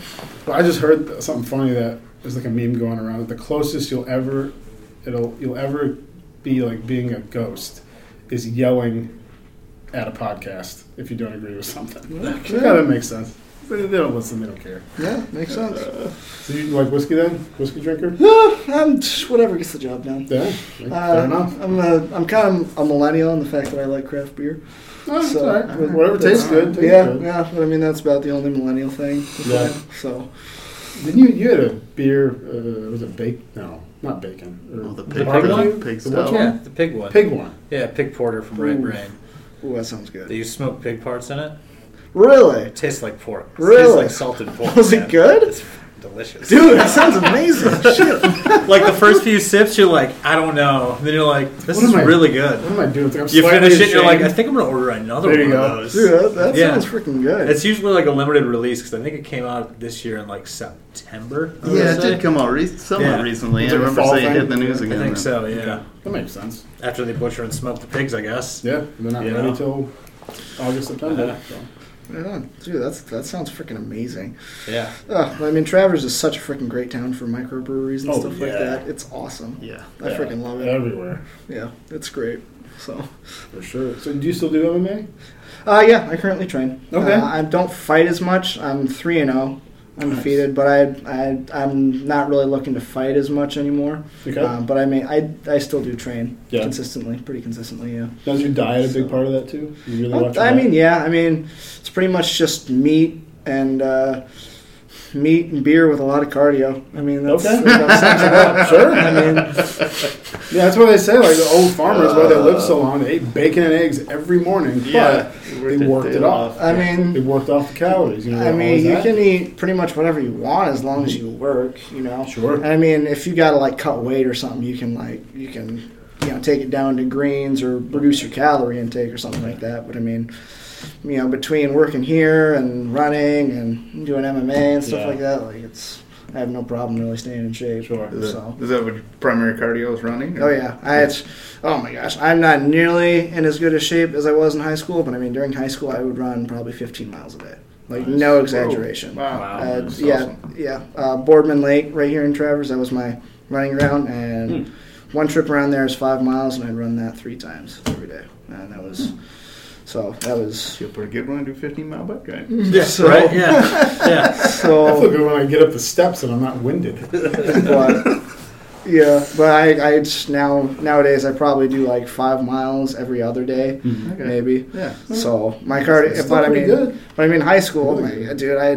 Well, I just heard th- something funny that there's like a meme going around. That the closest you'll ever, it'll you'll ever be like being a ghost is yelling at a podcast if you don't agree with something. Yeah, that makes sense. They, they don't listen. They don't care. Yeah, makes sense. So you like whiskey then? Whiskey drinker? I'm just, whatever gets the job done. Yeah. Fair Uh, enough. I'm a, I'm kind of a millennial in the fact that I like craft beer. Oh, it's so- uh, all right. Whatever tastes good. tastes Yeah, good. yeah. But I mean, that's about the only millennial thing. Yeah. So Didn't you? You had a beer. Uh, was it bacon? No, not bacon. Or Oh, the pig barbecue? one? Pig The which stout? yeah, one? the pig one. Pig one. Yeah, pig porter from Red Ooh. Brain. ooh, that sounds They good. use smoked pig parts in it. Really? It tastes like pork. It tastes Really? like salted pork. Was it man. good? It's delicious. Dude, that sounds amazing. Shit. like the first few sips, you're like, I don't know. And then you're like, this What is am I- really good. What am I doing? I'm You slightly finish it, and you're like, ashamed. I think I'm gonna order another There one you of go. those. Dude, that, that Yeah. sounds freaking good. It's usually like a limited release because I think it came out this year in like September. I wanna Yeah, it say. did come out re- somewhat Yeah. recently. It's I like a remember fall saying it thing. hit the news I I again. think though. so. Yeah. That makes sense. After they butcher and smoke the pigs, I guess. Yeah, they're not You ready know? till August, September. so. Right on. Dude, that's, that sounds freaking amazing. Yeah. Oh, I mean, Travers is such a freaking great town for microbreweries and Oh, stuff like yeah. that. It's awesome. Yeah. I freaking love it. Everywhere, Yeah, it's great. So, for sure. So, do you still do MMA? uh, yeah, I currently train. Okay. Uh, I don't fight as much. I'm 3 and 0. undefeated. But I, I, I'm not really looking to fight as much anymore. Okay. Um, but I mean, I, I still do train Yeah. consistently, pretty consistently. Yeah. Does your diet a big part of that too? You really watch. your I diet? mean, yeah. I mean, it's pretty much just meat and uh, meat and beer with a lot of cardio. I mean, that's, Okay. that sums it up. Sure. I mean, yeah, that's what they say. Like the old farmers, why they Uh, lived so long, they ate bacon and eggs every morning. Yeah, but they worked it off. I mean, They worked off the calories. You know, I mean, always you that. can eat pretty much whatever you want as long as you work, you know. Sure. And I mean, if you gotta like cut weight or something, you can like you can you know take it down to greens or reduce your calorie intake or something like that. But I mean, you know, between working here and running and doing MMA and stuff Yeah. like that, like it's I have no problem really staying in shape. Sure. Is So. that, is that what your primary cardio is running? Oh yeah, I it's, oh my gosh, I'm not nearly in as good a shape as I was in high school, but I mean during high school I would run probably 15 miles a day, like no exaggeration. Wow. Wow. Uh, That's yeah, awesome. yeah. Uh, Boardman Lake, right here in Travers. That was my running ground, and Hmm. one trip around there is five miles, and I'd run that three times every day, and that was so that was Feel pretty good when I do 15 mile bike ride. yeah, so, Right? Yeah. yeah. I feel So, good when I get up the steps and I'm not winded. but, yeah, but I, I just now nowadays I probably do like five miles every other day, Okay. Mm-hmm. maybe. Yeah. So my cardio, Hmm. Still but I pretty mean, good. but I mean, high school, Really my, dude. I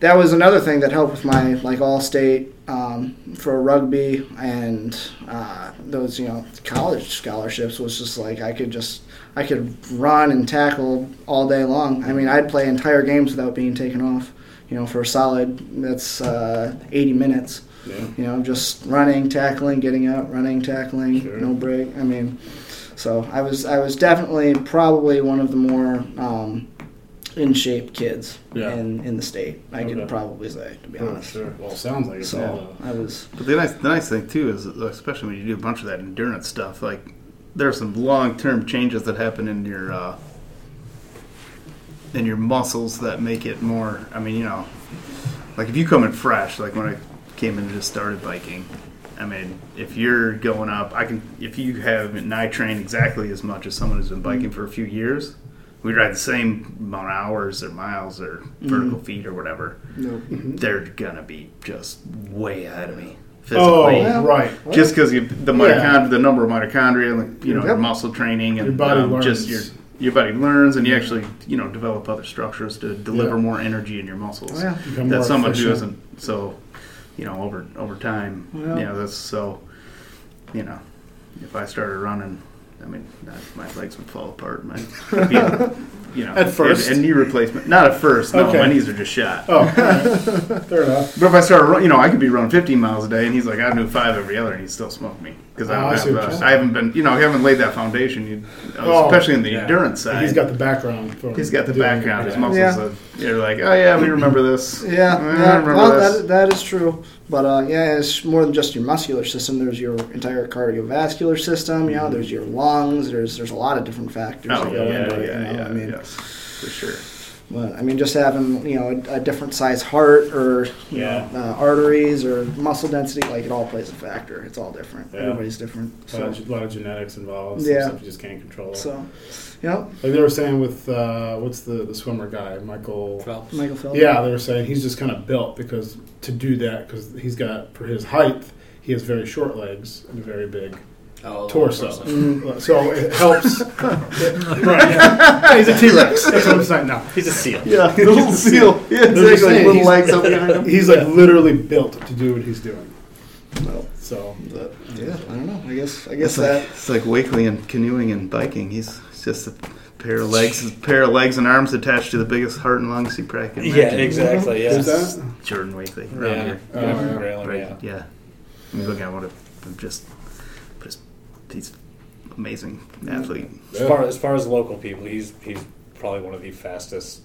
that was another thing that helped with my like all state um, for rugby and uh, those you know college scholarships was just like I could just I could run and tackle all day long. I mean, I'd play entire games without being taken off. You know, for a solid that's uh, 80 minutes. Yeah. You know, just running, tackling, getting up, running, tackling, Sure. no break. I mean, so I was I was definitely probably one of the more um, in shape kids Yeah. in, in the state. I Okay. could probably say to be Oh, honest. sure. Well, sounds like it. So I was But the nice, the nice thing too is, especially when you do a bunch of that endurance stuff, like there are some long-term changes that happen in your uh, in your muscles that make it more. I mean, you know, like if you come in fresh, like when I came in and just started biking. I mean, if you're going up, I can. If you have and I train exactly as much as someone who's been biking for a few years, we ride the same amount of hours or miles or vertical feet or whatever. no. They're gonna be just way ahead of me. Oh, physically. right. Just because you the mitochondria, the number of mitochondria, like, you know, Yep. your muscle training, and Your body um, just your learns. your body learns, and you actually you know develop other structures to deliver Yeah. more energy in your muscles. Oh, yeah. Become more That someone who efficient. isn't so, you know, over over time, Yeah. you know, that's so, you know, if I started running, I mean, I- my legs would fall apart. My, you know, At first. and, and knee replacement. Not at first. No, Okay. my knees are just shot. Oh, all right. fair enough. But if I started, run- you know, I could be running 15 miles a day, and he's like, I do five every other, and he still smoked me because I Oh, I don't see what have, you're uh, saying. I haven't been, you know, I haven't laid that foundation, you, Oh, especially in the yeah. endurance side. He's got the background. For he's got the doing it. background, his Yeah. muscles. Yeah. Are, you're like, oh yeah, we remember this. Yeah, I yeah. remember Well, this. Oh, that, that is true. But uh, yeah, it's more than just your muscular system. There's your entire cardiovascular system. Mm-hmm. You know, there's your lungs. There's there's a lot of different factors. oh that yeah, go yeah, into yeah, it, you yeah, know? I mean, yes, for sure. But I mean, just having you know a, a different size heart or you Yeah. know, uh, arteries or muscle density, like it all plays a factor. It's all different. Yeah. Everybody's different. A lot, So, of, lot of genetics involved. Some Yeah. stuff you just can't control. so you know, Like they were saying with uh, what's the the swimmer guy, Michael. Phelps. Michael Phelps. Yeah, they were saying he's just kind of built because to do that because he's got for his height he has very short legs and a very big Oh, torso. Mm. So it helps. right. yeah. He's a T Rex. That's what I'm saying. No. He's a seal. Yeah, little seal. Yeah, They're just exactly. saying Little he's- legs up behind him. He's like literally built to do what he's doing. Well, So but, yeah. I don't know. I guess I guess It's that. like, it's like Wakely and canoeing and biking. He's just a pair of legs, pair of legs and arms attached to the biggest heart and lungs you probably can Yeah, imagine. exactly. Yeah. is that? Jordan Wakely. Yeah. around here. Oh, Yeah, yeah. Grayling, Right. yeah. Yeah. I mean, look, I want to just, but it's- he's amazing athlete. As far as far as local people, he's he's probably one of the fastest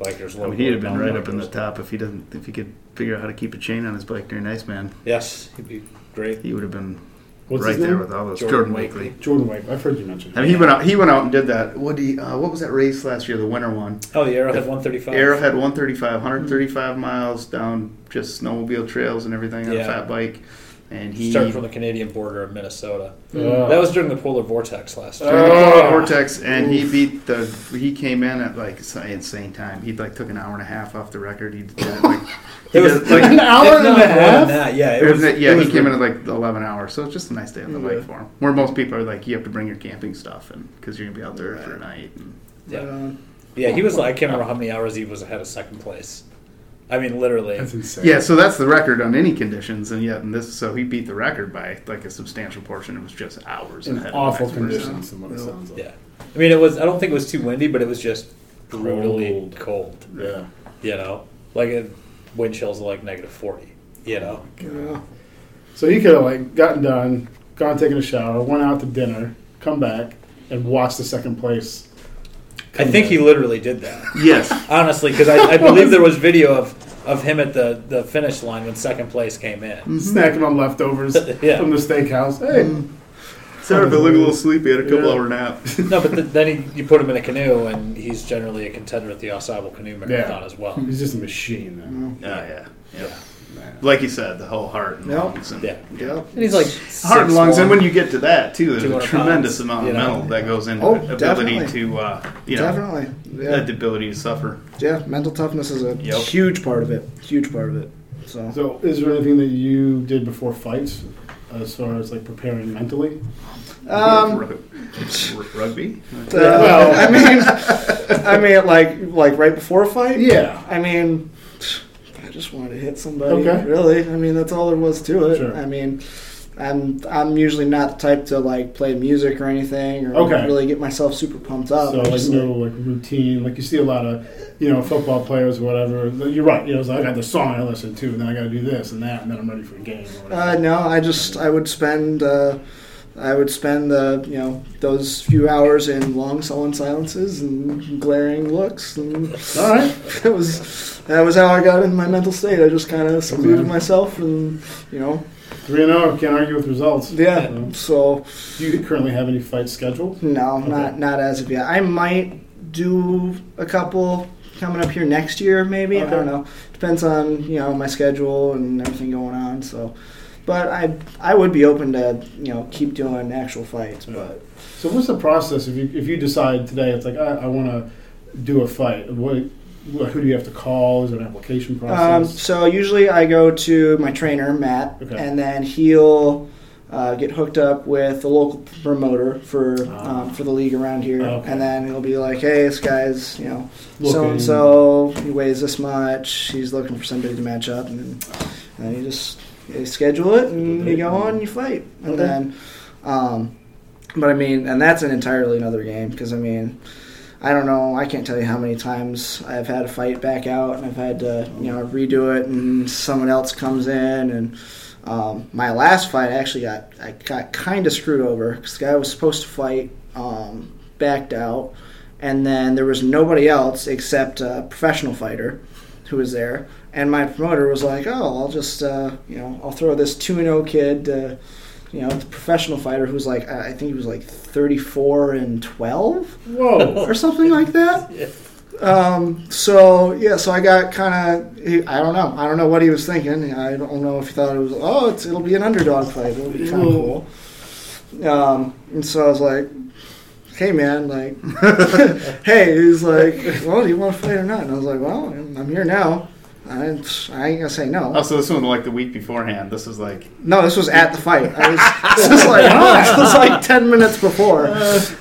bikers. Locally, I mean, Oh, he'd have been right up in the top if he doesn't, if he could figure out how to keep a chain on his bike during Iceman. Yes, he'd be great. He would have been What's right his there name? with all those Jordan Jordan, Wakely. Wakely. Jordan Wake. I've heard you mention. I mean, he went out. He went out and did that. What do you, uh, What was that race last year? The winter one. Oh, the Arrowhead 135. Arrowhead Mm-hmm. 135, 135 miles down just snowmobile trails and everything on Yeah. a fat bike. and he Oh. start from the Canadian border of Minnesota. Mm. That was during the polar vortex last year. during the Oh. polar vortex, and he Oof. beat the. He came in at like s- insane time. He like took an hour and a half off the record. He did that, like, he It was- did, like, An hour If and not a more than half? that, yeah, it It was, was- yeah, it was he came in at like 11 hours, so it's just a nice day on the lake for him. Where most people are like, you have to bring your camping stuff, and because you're gonna be out there for a night. And, Yeah. But, um, Yeah, he was. like- I can't remember how many hours he was ahead of second place. I mean, literally. That's insane. yeah, so that's the record on any conditions, and yet, and this, so he beat the record by like a substantial portion. It was just hours. In ahead of the awful next person. conditions, from what it sounds like. Yeah, I mean, it was. I don't think it was too windy, but it was just brutally cold. Cold. Yeah. you know, like it, wind chills of like negative forty. You know, uh, Yeah. So he could have like gotten done, gone taken a shower, went out to dinner, come back, and watched the second place. I think he literally did that Yes, honestly because I, I believe there was video of of him at the the finish line when second place came in. snacking on leftovers Yeah. from the steakhouse. Hey, sorry if I look a little sleepy. Had a couple Yeah. hour nap. No, but th then he, you put him in a canoe, and he's generally a contender at the Osable Canoe Marathon Yeah. as well. he's just a machine. Then. Oh yeah, yeah. Like you said, the whole heart and Yep. lungs. And, Yeah. yeah. And he's like Heart and six lungs, and one. when you get to that too, there's a 200 tremendous pounds, amount of you know? mental that goes into Oh, it. ability definitely. to, uh, you know, Definitely. that Yeah. ability to suffer. yeah. Mental toughness is a Yep. huge part of it. Huge part of it. So. So, is there anything that you did before fights, as far as like preparing mentally? Um, Rug- rugby. Uh, I mean, I mean, like, like right before a fight. Yeah. I mean, I just wanted to hit somebody. Okay. Really. I mean, that's all there was to it. Sure. I mean, I'm I'm usually not the type to like play music or anything or Okay. really get myself super pumped up. so, I'm like Um, just no like routine. Like you see a lot of, you know, football players or whatever. You're right. You know, it's like, I got the song I listen to, and then I got to do this and that, and then I'm ready for the game. Or Uh, whatever. no, I just I would spend uh, I would spend the you know those few hours in long sullen silences and glaring looks, and All right. that was that was how I got in my mental state. I just kind of secluded myself, and you know, Three and zero. Can't argue with results. Um, yeah. So Do you currently have any fights scheduled? no, Okay. not not as of yet. I might do a couple coming up here next year, maybe. I Okay. don't know. Depends on you know my schedule and everything going on. So. But I I would be open to you know keep doing actual fights, but So what's the process if you if you decide today it's like I, I want to do a fight? What who do you have to call? Is there an application Um, process? so usually I go to my trainer Matt, Okay. and then he'll uh, get hooked up with the local promoter for Ah. um, for the league around here, Okay. and then he'll be like, "Hey, this guy's you know so Looking- and so. He weighs this much. He's looking for somebody to match up, and, and then you just you schedule it, and you go on, and you fight, and Okay. then." Um, but I mean, and that's an entirely another game because I mean, I don't know. I can't tell you how many times I've had a fight back out and I've had to you know redo it, and someone else comes in. And um, my last fight actually got I got kind of screwed over because the guy was supposed to fight um, backed out, and then there was nobody else except a professional fighter who was there. And my promoter was like, "Oh, I'll just uh, you know I'll throw this two and zero kid." Uh, you know, the professional fighter who's like, I I think he was like 34 and 12 Whoa. or something like that. Um, so, yeah, so I got kind of, I don't know. I don't know what he was thinking. I don't know if he thought it was, oh, it's, it'll be an underdog fight. It'll be kind of Ooh. cool. Um, and so I was like, hey, man, like, hey, he's like, well, do you want to fight or not? And I was like, well, I'm here now. I, I ain't going to say no. Oh, so this one like the week beforehand. This was like No, this was at the fight. I was, this was like this was like ten minutes before.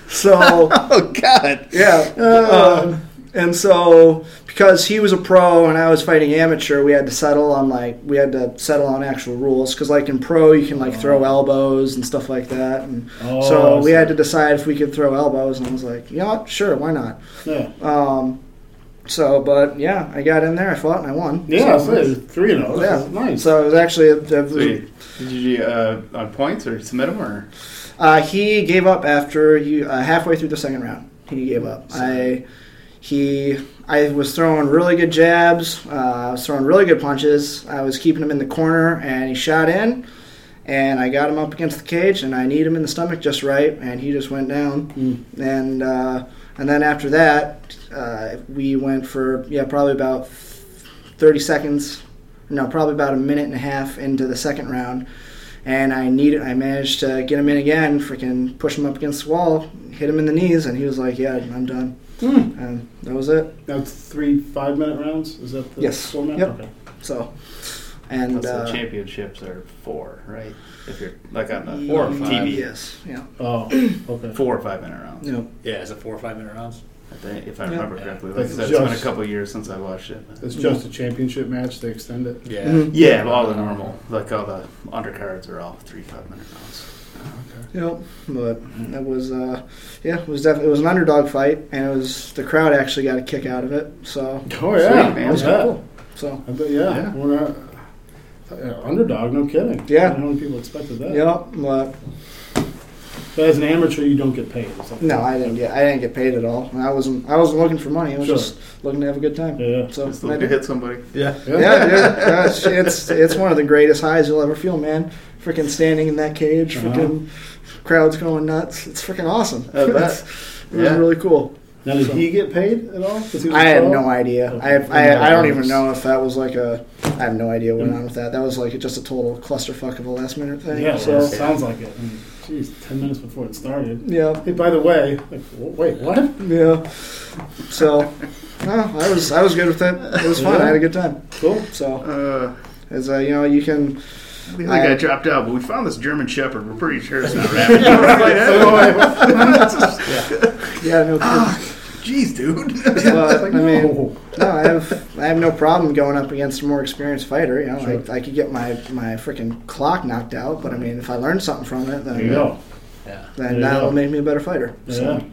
So oh god. yeah, Uh, um, and so because he was a pro and I was fighting amateur, we had to settle on like we had to settle on actual rules because like in pro you can like throw elbows and stuff like that, and Uh-huh. Oh, so we so- had to decide if we could throw elbows, and I was like, you know what, sure, why not? Yeah. Um, so, but yeah, I got in there, I fought, and I won. Yeah. so, So, three and zero. yeah. Yeah. Nice. So it was actually a, it was- So you, did you uh, on points or submit them or? Uh, he gave up after you uh, halfway through the second round. He gave up. I he I was throwing really good jabs. Uh, I was throwing really good punches. I was keeping him in the corner, and he shot in. And I got him up against the cage, and I kneed him in the stomach just right, and he just went down. And uh, and then after that, uh, we went for yeah probably about thirty seconds. No, probably about a minute and a half into the second round, And I needed, I managed to get him in again, freaking push him up against the wall, hit him in the knees, and he was like, "Yeah, I'm done." Hmm. And that was it. That's three five minute rounds. Is that the Yes. format? Yep. Okay. So, and Plus the uh, championships are four, right? If you're like on the Four or TV, five. Yes. Yeah. Oh, okay. four or five minute rounds. Yep. Yeah, is it four or five minute rounds? I think, if I Yeah. remember Yeah. correctly, like, That's that's been a just- couple years since I watched it. It's just a championship match. They extend it. Yeah. Mhm. Yeah, but all the normal, like all the undercards are all three five minute rounds. Yep, but that was uh, yeah, it was def- it was an underdog fight, and it was the crowd actually got a kick out of it. So Oh yeah, Sweet, man. I That's bet. so I bet, yeah, Yeah. we're not uh, underdog. No kidding. Yeah. I don't know when people expected that. yep, but But as an amateur, you don't get paid. Or something. no, I didn't get I didn't get paid at all. I wasn't I wasn't looking for money. I was Sure. just looking to have a good time. Yeah. So Just I look to did. hit somebody. Yeah. Yeah. yeah, dude, that's- it's it's one of the greatest highs you'll ever feel, man. Freaking standing in that cage, freaking crowds going nuts. It's freaking awesome. I bet. It's- it was Yeah. really cool. Now, did he get paid at all? 'Cause he was I a had pro? no idea. I, Okay. I I don't Yeah. even know if that was like a. I have no idea what went on with that. That was like just a total clusterfuck of a last minute thing. Yeah, so so sounds like it. And, geez, ten minutes before it started. yeah, Hey, by the way, like, w- wait, what? yeah. So, no, I was I was good with it. It was fun. I had a good time. Cool. So, Uh, as uh, you know, you can. I think I- I dropped out, but we found this German Shepherd. We're pretty sure it's not rabbit. Yeah, no. kidding. Jeez, dude. But, I mean, Oh, no, I have I have no problem going up against a more experienced fighter. You know, I, I could get my my freaking clock knocked out, but I mean, if I learn something from it, there you then go. Yeah. There you then that'll go. make me a better fighter. So. Yeah.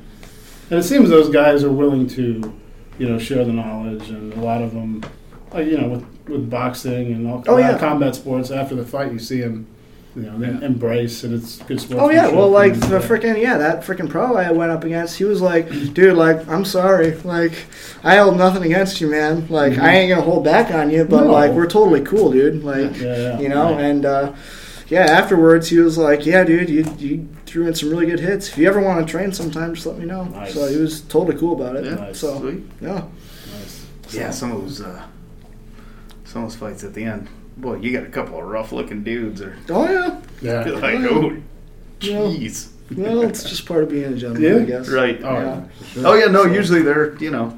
And it seems those guys are willing to, you know, share the knowledge, and a lot of them, uh, you know, with, with boxing and all Oh, a lot yeah. of combat sports. After the fight, you see them, you know, they embrace, and it's good sports. Oh yeah, well like the freaking yeah that freaking pro I went up against, he was like, dude, like I'm sorry, like I hold nothing against you, man. Like I ain't gonna hold back on you, but Mm-hmm. No. like we're totally cool, dude. Like Yeah, yeah, you know, right. and uh, yeah, afterwards he was like, yeah, dude, you you threw in some really good hits. If you ever want to train sometime, just let me know. Nice. So he was totally cool about it. Yeah, Nice. So Sweet. yeah, Nice. Yeah, some of those, uh, some of those fights at the end. Boy, you got a couple of rough-looking dudes, or oh yeah, Yeah. you're like, oh, Yeah. jeez. well it's just part of being a gentleman, I Yeah. guess. Right. Oh, Yeah. yeah. for sure. Oh yeah, no. Usually they're you know,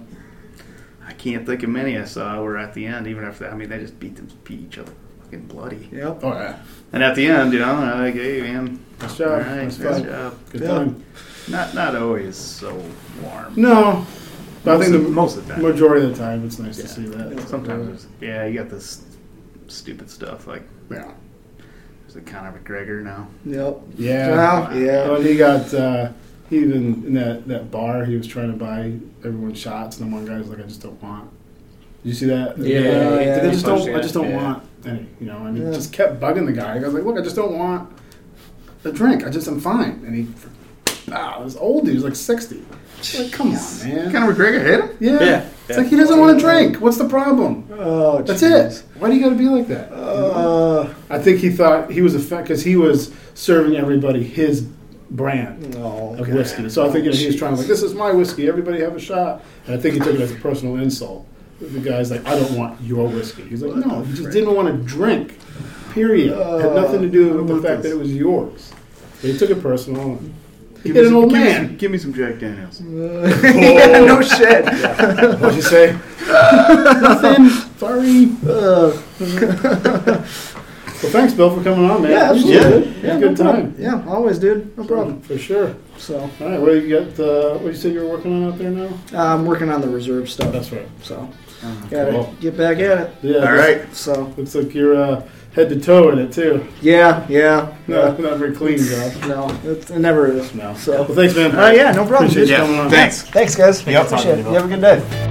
I can't think of many I saw were at the end. Even after that, I mean they just beat them, beat each other, fucking bloody. Yep. Oh, yeah. And at the end, you know, they're like hey man, Nice all job. right, nice nice fight. job. Good Yeah. time. Not not always so warm. No, but I Most think of- the most of the time. majority of the time, it's nice Yeah. to see that. Sometimes it's, yeah, you got this stupid stuff like yeah, there's the Conor McGregor now. Yep. yeah. Well, yeah. Well, he got uh, he even in that, that bar he was trying to buy everyone shots, and the one guy was like, "I just don't want." Did you see that? Uh, Yeah, yeah, yeah. I just don't. Yeah. I just don't Yeah. want any. You know, and he Yeah. just kept bugging the guy. I was like, "Look, I just don't want a drink. I just I'm fine." And he, ah, this old dude was like sixty. Like, come on, man. Conor McGregor hit him. yeah. Yeah. It's like he doesn't want to drink. What's the problem? Oh, That's jeez. it. Why do you got to be like that? Uh, I think he thought he was a because he was serving everybody his brand no. of whiskey. So I think you know, he was trying to like, this is my whiskey. Everybody have a shot. And I think he took it as a personal insult. The guy's like, I don't want your whiskey. He's like, no, you just didn't want to drink. Period. Uh, Had nothing to do with the fact that it was yours. But he took it personal. He me hit an some- old give me man. some- give me some Jack Daniels. yeah, no shit. What'd you say? Nothing. Sorry. Uh, Well, thanks, Bill, for coming on, man. Yeah, This was absolutely. good. It was Yeah, a no good problem. time. yeah, always, dude. No problem. For sure. So All right, what do you got? Uh, what do you say you're working on out there now? uh, I'm working on the reserve stuff. That's right. So Oh, gotta cool. get back at it. Yeah. All right. So Looks like you're uh, head to toe in it too. yeah, yeah, No, yeah. not very clean, Josh. No, it, it never is. No. So Well, thanks, man. Oh, uh, yeah, no problem. Appreciate dude. you coming on. Thanks. Thanks, guys. Thanks for Appreciate talking it. to You me. have a good day.